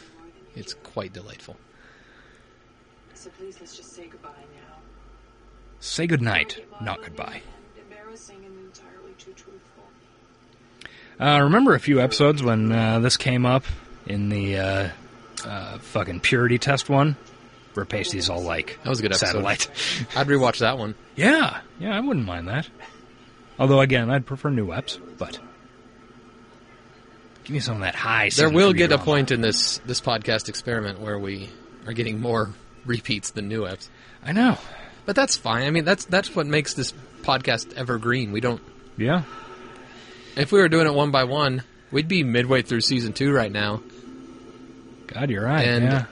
Speaker 2: It's quite delightful.
Speaker 7: So please, let's just say goodbye now.
Speaker 1: Say goodnight, not goodbye.
Speaker 7: Embarrassing and entirely too truthful.
Speaker 1: Uh, remember a few episodes when uh, this came up in the uh, uh, fucking purity test one, where Pacey's all like,
Speaker 2: That was a good episode.
Speaker 1: satellite." (laughs)
Speaker 2: I'd rewatch that one.
Speaker 1: yeah, yeah, I wouldn't mind that. Although again, I'd prefer new eps, but give me some of that high.
Speaker 2: There
Speaker 1: season
Speaker 2: will
Speaker 1: three
Speaker 2: get a
Speaker 1: drama.
Speaker 2: point in this this podcast experiment where we are getting more (laughs) repeats than new eps.
Speaker 1: I know.
Speaker 2: But that's fine. I mean, that's that's what makes this podcast evergreen. We don't.
Speaker 1: Yeah,
Speaker 2: If we were doing it one by one, we'd be midway through season two right now.
Speaker 1: God, you're right.
Speaker 2: And-
Speaker 1: yeah,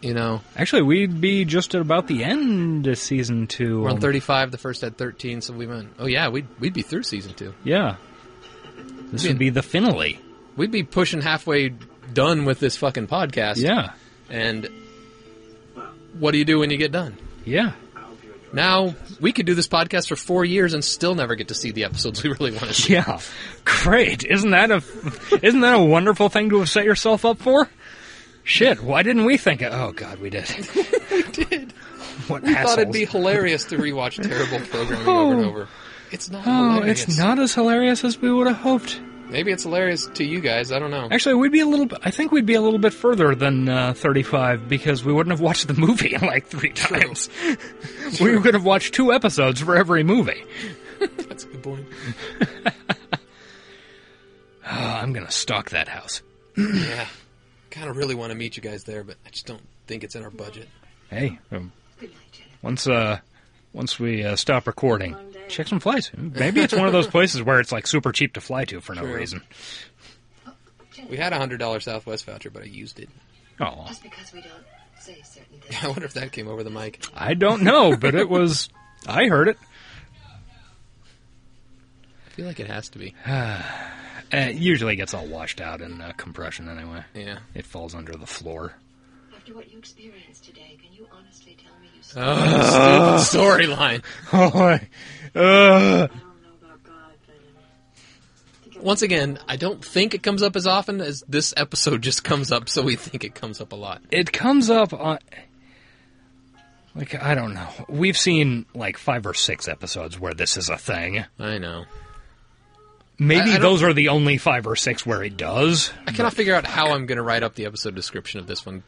Speaker 2: You know,
Speaker 1: actually, we'd be just at about the end of season 2
Speaker 2: we're on
Speaker 1: Um,
Speaker 2: thirty-five. The first had thirteen, so we went. Oh yeah, we'd we'd be through season two.
Speaker 1: Yeah, this would be the finale.
Speaker 2: We'd be pushing halfway done with this fucking podcast.
Speaker 1: Yeah,
Speaker 2: And what do you do when you get done?
Speaker 1: yeah.
Speaker 2: Now we could do this podcast for four years and still never get to see the episodes we really want to see.
Speaker 1: Yeah, great. Isn't that a isn't that a wonderful thing to have set yourself up for? Shit, why didn't we think? Of, oh God, we did. (laughs) we did. What
Speaker 2: I (laughs) thought it'd be
Speaker 1: assholes.
Speaker 2: hilarious to rewatch terrible
Speaker 1: (laughs)
Speaker 2: programming over and over. It's not
Speaker 1: Oh,
Speaker 2: hilarious.
Speaker 1: it's not as hilarious as we would have hoped.
Speaker 2: Maybe it's hilarious to you guys. I don't know.
Speaker 1: Actually, we'd be a little. bit I think we'd be a little bit further than uh, thirty-five because we wouldn't have watched the movie like three (laughs) times. we would have watched two episodes for every movie.
Speaker 2: That's a good point.
Speaker 1: Uh, I'm gonna stalk that house.
Speaker 2: Yeah. Kind of really want to meet you guys there, but I just don't think it's in our budget.
Speaker 1: Hey, um, once uh, once we uh, stop recording, check some flights. Maybe it's one of those places where it's like super cheap to fly to for no
Speaker 2: True.
Speaker 1: reason.
Speaker 8: Oh,
Speaker 2: We had a $100 Southwest voucher, but I used it. (laughs)
Speaker 1: Oh,
Speaker 6: Because we don't
Speaker 8: say certain things.
Speaker 2: I wonder if that came over the mic.
Speaker 1: I don't know, but it was. I heard it.
Speaker 2: I feel like it has to be.
Speaker 1: Uh, it usually gets all washed out in uh, compression anyway.
Speaker 2: Yeah.
Speaker 1: It falls under the floor. (laughs)
Speaker 8: After what you experienced today, can you honestly tell
Speaker 2: Uh,
Speaker 8: me you
Speaker 2: Oh, stupid storyline.
Speaker 1: Oh, uh,
Speaker 3: I don't know about God, but um, I think I
Speaker 2: Once again, I don't think it comes up as often as this episode just comes up, so we think it comes up a lot.
Speaker 1: it comes up on. Like, I don't know. We've seen like five or six episodes where this is a thing.
Speaker 2: I know.
Speaker 1: Maybe
Speaker 2: I- I don't-
Speaker 1: those are the only five or six where it does.
Speaker 2: I cannot figure out how I'm going to write up the episode description of this one.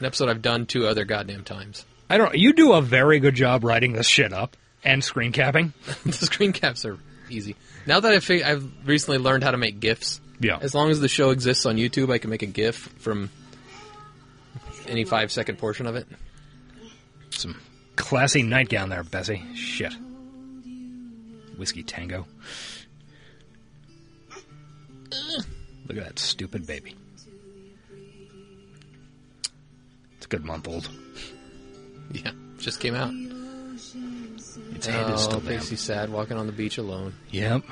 Speaker 2: An episode I've done two other goddamn times.
Speaker 1: I don't. You do a very good job writing this shit up and screen capping.
Speaker 2: (laughs) the screen caps are easy. Now that I've, fig- I've recently learned how to make GIFs,
Speaker 1: Yeah.
Speaker 2: as long as the show exists on YouTube, I can make a GIF from any five second portion of it. (laughs)
Speaker 1: Some classy nightgown there, Bessie. Shit. Whiskey Tango. Look at that stupid baby. It's a good month old.
Speaker 2: Yeah, just came out.
Speaker 1: Its head is
Speaker 2: Oh,
Speaker 1: still there.
Speaker 2: Pacey's sad, walking on the beach alone.
Speaker 1: Yep.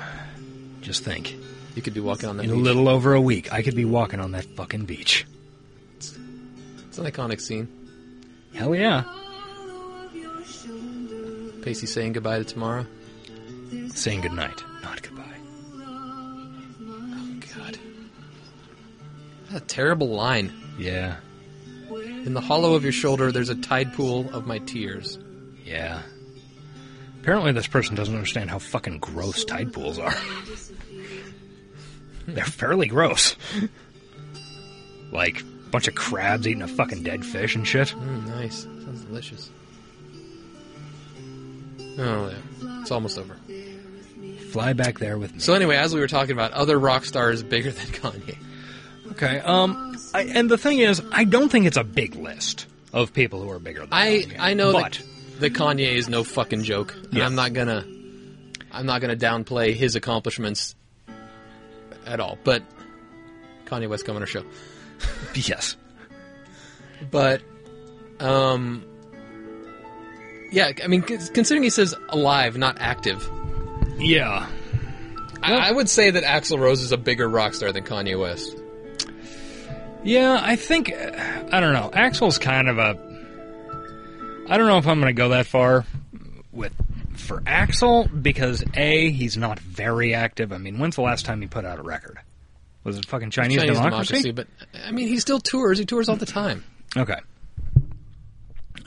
Speaker 1: Just think.
Speaker 2: You could be walking on the
Speaker 1: In a
Speaker 2: beach.
Speaker 1: little over a week, I could be walking on that fucking beach.
Speaker 2: It's an iconic scene.
Speaker 1: Hell yeah.
Speaker 2: Pacey saying goodbye to tomorrow.
Speaker 1: Saying goodnight, not goodbye.
Speaker 2: God, what a terrible line.
Speaker 1: Yeah.
Speaker 2: In the hollow of your shoulder, there's a tide pool of my tears.
Speaker 1: Yeah. Apparently, this person doesn't understand how fucking gross tide pools are. (laughs) They're fairly gross. Like, bunch of crabs eating a fucking dead fish and shit.
Speaker 2: Mm, nice. Sounds delicious. Oh, yeah. It's almost over.
Speaker 1: Fly back there with me.
Speaker 2: So, anyway, as we were talking about, other rock stars bigger than Kanye.
Speaker 1: okay, um, I, and the thing is, I don't think it's a big list of people who are bigger than
Speaker 2: I,
Speaker 1: Kanye.
Speaker 2: I know
Speaker 1: but
Speaker 2: that, that Kanye is no fucking joke. And
Speaker 1: Yeah.
Speaker 2: I'm not gonna, I'm not gonna downplay his accomplishments at all. But Kanye West come on our show.
Speaker 1: yes,
Speaker 2: But, um, yeah, I mean, c- considering he says alive, not active,
Speaker 1: yeah,
Speaker 2: I, I would say that Axl Rose is a bigger rock star than Kanye West.
Speaker 1: Yeah, I think I don't know. Axel's kind of a. I don't know if I'm going to go that far with for Axel because a he's not very active. I mean, when's the last time he put out a record? Was it fucking Chinese,
Speaker 2: Chinese
Speaker 1: democracy?
Speaker 2: democracy, but I mean, he still tours. He tours all the time.
Speaker 1: Okay.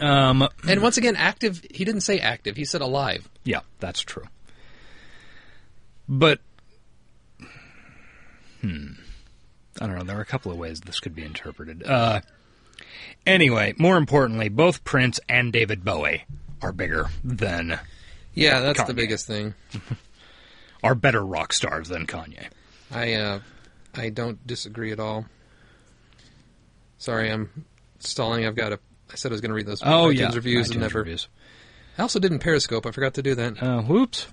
Speaker 1: Um.
Speaker 2: And once again, active. He didn't say active. He said alive.
Speaker 1: Yeah, that's true. But hmm, I don't know. There are a couple of ways this could be interpreted. Uh, anyway, more importantly, both Prince and David Bowie are bigger than
Speaker 2: Yeah, that's
Speaker 1: the biggest
Speaker 2: thing.
Speaker 1: are better rock stars than Kanye.
Speaker 2: I uh, I don't disagree at all. Sorry, I'm stalling. I've got a. I said I was going to read those Oh, iTunes reviews and
Speaker 1: iTunes
Speaker 2: never.
Speaker 1: reviews.
Speaker 2: I also didn't Periscope. I forgot to do that.
Speaker 1: Uh, whoops.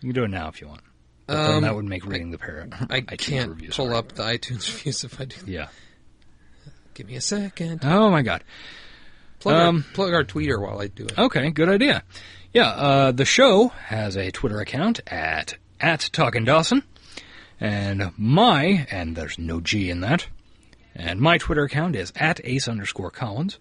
Speaker 1: You can do it now if you want. But then
Speaker 2: Um,
Speaker 1: that would make reading the pair. (laughs)
Speaker 2: I can't pull up the iTunes (laughs) reviews if I do.
Speaker 1: Yeah.
Speaker 2: Give me a second.
Speaker 1: Oh my god.
Speaker 2: Plug,
Speaker 1: Um,
Speaker 2: our, plug our tweeter while I do it.
Speaker 1: Okay, good idea. Yeah, uh, the show has a Twitter account at at Talkin' Dawson, and my and there's no G in that, and my Twitter account is at Ace underscore Collins.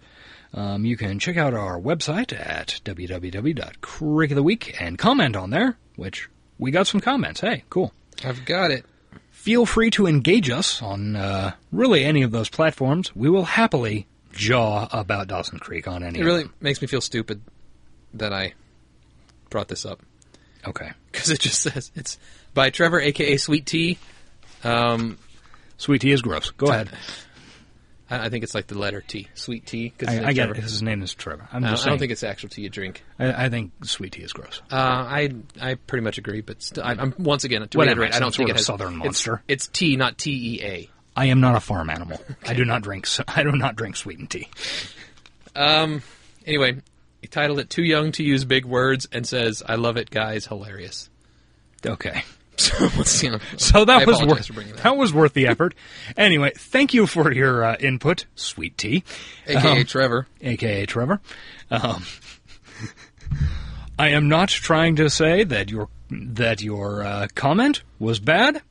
Speaker 1: Um, you can check out our website at www.crick of the week and comment on there, which we got some comments. Hey, cool
Speaker 2: I've got it.
Speaker 1: feel free to engage us on uh, really any of those platforms. We will happily jaw about Dawson Creek on any.
Speaker 2: It
Speaker 1: of
Speaker 2: really
Speaker 1: them.
Speaker 2: makes me feel stupid that I brought this up
Speaker 1: okay.
Speaker 2: because it just says it's by Trevor, aka Sweet Tea. Um,
Speaker 1: Sweet tea is gross. Go ahead.
Speaker 2: I, I think it's like the letter T, Sweet Tea. Because
Speaker 1: I, I get it. His name is Trevor. I'm
Speaker 2: Uh,
Speaker 1: just
Speaker 2: I don't, I
Speaker 1: saying.
Speaker 2: don't think it's the actual tea you drink.
Speaker 1: I, I think sweet tea is gross.
Speaker 2: Uh, I I pretty much agree, but still, I, I'm once again to
Speaker 1: Whatever,
Speaker 2: reiterate, I
Speaker 1: some
Speaker 2: don't think
Speaker 1: sort
Speaker 2: it
Speaker 1: of
Speaker 2: has
Speaker 1: southern
Speaker 2: it's-
Speaker 1: monster.
Speaker 2: It's, tea, not T E A.
Speaker 1: I am not a farm
Speaker 2: (laughs)
Speaker 1: animal. I do not drink. s- I do not drink sweetened tea.
Speaker 2: Anyway, he
Speaker 1: (laughs)
Speaker 2: titled it "Too Young to Use Big Words" and says, "I love it, guys. Hilarious."
Speaker 1: Okay.
Speaker 2: (laughs) So let's see.
Speaker 1: So that
Speaker 2: I
Speaker 1: was
Speaker 2: apologize
Speaker 1: worth
Speaker 2: for bringing that.
Speaker 1: that. was worth the effort. anyway, thank you for your uh, input, sweet tea,
Speaker 2: AKA
Speaker 1: Um,
Speaker 2: Trevor.
Speaker 1: aka Trevor. Um, (laughs) I am not trying to say that your that your uh, comment was bad.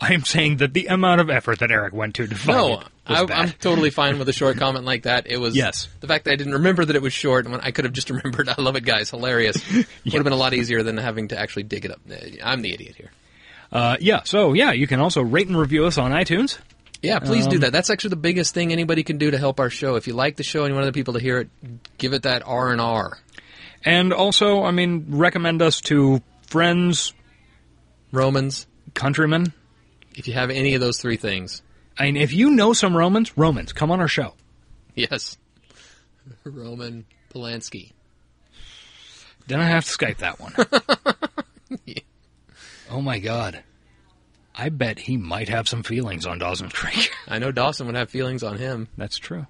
Speaker 1: I am saying that the amount of effort that Eric went to to find
Speaker 2: No,
Speaker 1: it was
Speaker 2: I,
Speaker 1: bad.
Speaker 2: I'm totally fine with a short comment like that. It was
Speaker 1: Yes.
Speaker 2: the fact that I didn't remember that it was short, and when I could have just (laughs) remembered, I love it,
Speaker 1: (laughs)
Speaker 2: guys, hilarious. Would have been a lot easier than having to actually dig it up. Uh, I'm the idiot here.
Speaker 1: Uh, yeah, so yeah, you can also rate and review us on iTunes.
Speaker 2: Yeah, please
Speaker 1: Um,
Speaker 2: do that. That's actually the biggest thing anybody can do to help our show. If you like the show and you want other people to hear it, give it that R and R.
Speaker 1: And also, I mean, recommend us to friends,
Speaker 2: Romans.
Speaker 1: countrymen.
Speaker 2: If you have any of those three things, (laughs)
Speaker 1: I mean, if you know some Romans, Romans, come on our show.
Speaker 2: yes, (laughs) Roman Polanski.
Speaker 1: Then I have to Skype that (laughs) one. Oh my god. I bet he might have some feelings on Dawson Creek. (laughs)
Speaker 2: I know Dawson would have feelings on him.
Speaker 1: That's true.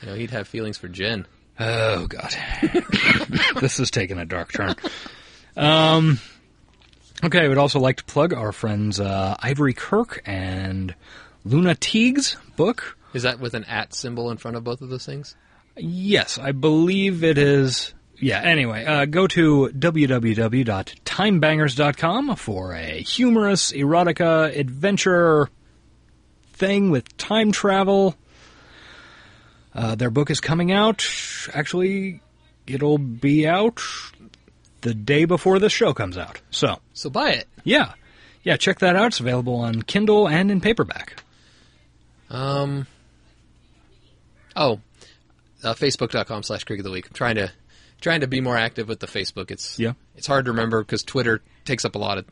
Speaker 2: I know he'd have feelings for Jen.
Speaker 1: Oh god. (laughs) this is taking a dark turn. Um Okay, I would also like to plug our friends uh, Ivory Kirk and Luna Teague's book.
Speaker 2: Is that with an at symbol in front of both of those things?
Speaker 1: Yes, I believe it is. Yeah, anyway, uh, go to www.timebangers.com for a humorous erotica adventure thing with time travel. Uh, their book is coming out. Actually, it'll be out the day before this show comes out. So,
Speaker 2: So buy it.
Speaker 1: yeah. Yeah, check that out. It's available on Kindle and in paperback.
Speaker 2: Um. Oh, uh, Facebook.com slash Creek of the Week. I'm trying to trying to be more active with the Facebook. It's
Speaker 1: Yeah.
Speaker 2: It's hard to remember because Twitter takes up a lot of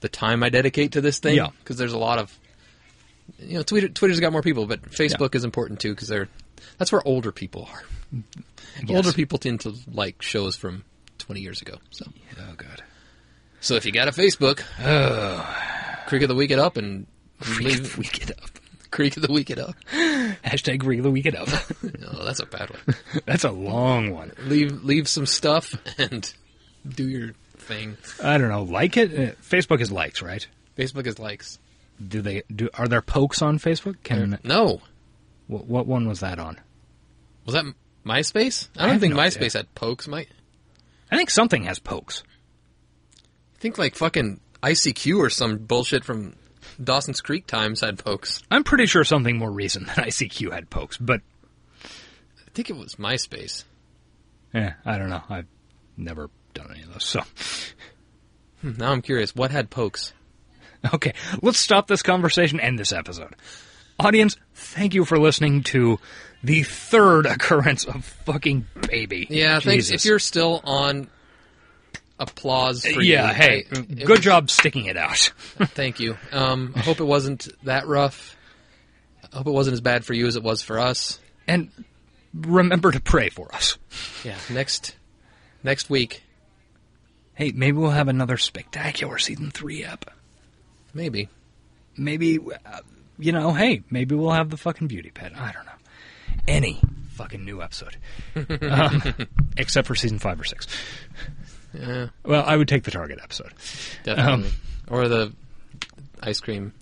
Speaker 2: the time I dedicate to this thing.
Speaker 1: Yeah.
Speaker 2: Because there's a lot of you know Twitter Twitter's got more people, but Facebook is important too because they're that's where older people are. Older people tend to like shows from 20 years ago. So
Speaker 1: Oh, God.
Speaker 2: so if you got a Facebook, Creek of the Week it up and leave
Speaker 1: We get up.
Speaker 2: Creek of the Week it up.
Speaker 1: Hashtag regular we get up.
Speaker 2: No, Oh, that's a bad one.
Speaker 1: (laughs) That's a long one.
Speaker 2: leave leave some stuff and do your thing.
Speaker 1: I don't know, like it. Uh, Facebook is likes, right?
Speaker 2: Facebook is likes.
Speaker 1: Do they do? Are there pokes on Facebook? Can
Speaker 2: No,
Speaker 1: what, what one was that on?
Speaker 2: was that MySpace? I
Speaker 1: I
Speaker 2: don't
Speaker 1: have
Speaker 2: think
Speaker 1: no idea.
Speaker 2: MySpace had pokes. My I
Speaker 1: I think something has pokes.
Speaker 2: think like fucking ICQ or some bullshit from Dawson's Creek times had pokes.
Speaker 1: I'm pretty sure something more recent (laughs) than ICQ had pokes, but
Speaker 2: I think it was MySpace.
Speaker 1: eh, I don't know. I've never done any of those. So (laughs)
Speaker 2: Hmm, Now I'm curious, what had pokes?
Speaker 1: okay, let's stop this conversation and this episode. Audience, thank you for listening to the third (laughs) occurrence of fucking baby.
Speaker 2: Yeah, thanks.
Speaker 1: Jesus.
Speaker 2: If you're still on, applause for you.
Speaker 1: yeah, hey,
Speaker 2: I- it
Speaker 1: good
Speaker 2: was-
Speaker 1: job sticking it out.
Speaker 2: Thank you. Um, I hope it wasn't that rough. I hope it wasn't as bad for you as it was for us.
Speaker 1: and remember to pray for us.
Speaker 2: Yeah, next next week,
Speaker 1: Hey, maybe we'll have another spectacular season three up.
Speaker 2: maybe.
Speaker 1: Maybe, uh, you know, hey, maybe we'll have the fucking beauty pet. I don't know. Any fucking new
Speaker 2: (laughs)
Speaker 1: episode. um, except for season five or six.
Speaker 2: Yeah,
Speaker 1: Well, I would take the Target episode.
Speaker 2: definitely.
Speaker 1: Um.
Speaker 2: or the ice cream,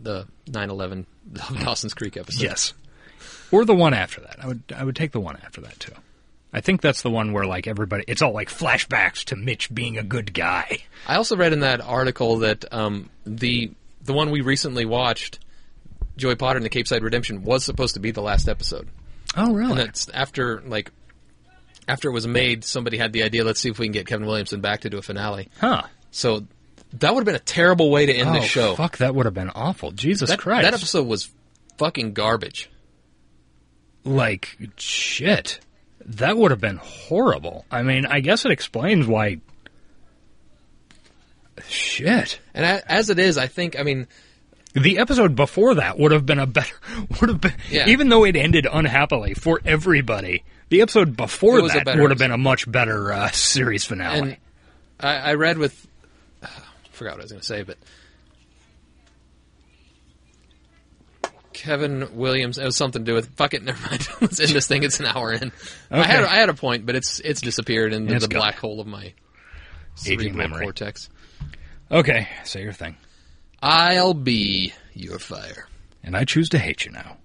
Speaker 2: the 9/11 (laughs) Dawson's Creek episode.
Speaker 1: Yes. Or the one after that. I would I would take the one after that too. I think that's the one where like everybody it's all like flashbacks to Mitch being a good guy.
Speaker 2: I also read in that article that um, the the one we recently watched, Joey Potter and the Cape Side Redemption, was supposed to be the last episode.
Speaker 1: Oh
Speaker 2: And
Speaker 1: really?
Speaker 2: that's after like after it was made, somebody had the idea. Let's see if we can get Kevin Williamson back to do a finale.
Speaker 1: Huh.
Speaker 2: So that would have been a terrible way to end
Speaker 1: oh,
Speaker 2: the show.
Speaker 1: Fuck, that would have been awful. Jesus
Speaker 2: that,
Speaker 1: Christ.
Speaker 2: that episode was fucking garbage.
Speaker 1: like shit that would have been horrible i mean i guess it explains why shit
Speaker 2: And I, as it is, I think I mean
Speaker 1: the episode before that would have been a better (laughs) would have been
Speaker 2: Yeah.
Speaker 1: even though it ended unhappily for everybody the episode before
Speaker 2: It was a
Speaker 1: that
Speaker 2: better
Speaker 1: would have been a much better uh, series finale
Speaker 2: and I, I read with (sighs) forgot what I was going to say, but Kevin Williams. It was something to do with fuck it. (laughs) Never mind. Let's end this thing. It's an hour in. I had
Speaker 1: Okay.
Speaker 2: I had a point, but it's it's disappeared into
Speaker 1: It's
Speaker 2: the
Speaker 1: gone.
Speaker 2: black hole of my
Speaker 1: Aging
Speaker 2: cerebral
Speaker 1: memory.
Speaker 2: cortex. Okay, say your thing.
Speaker 1: I'll be your fire.
Speaker 2: And I choose to hate you now.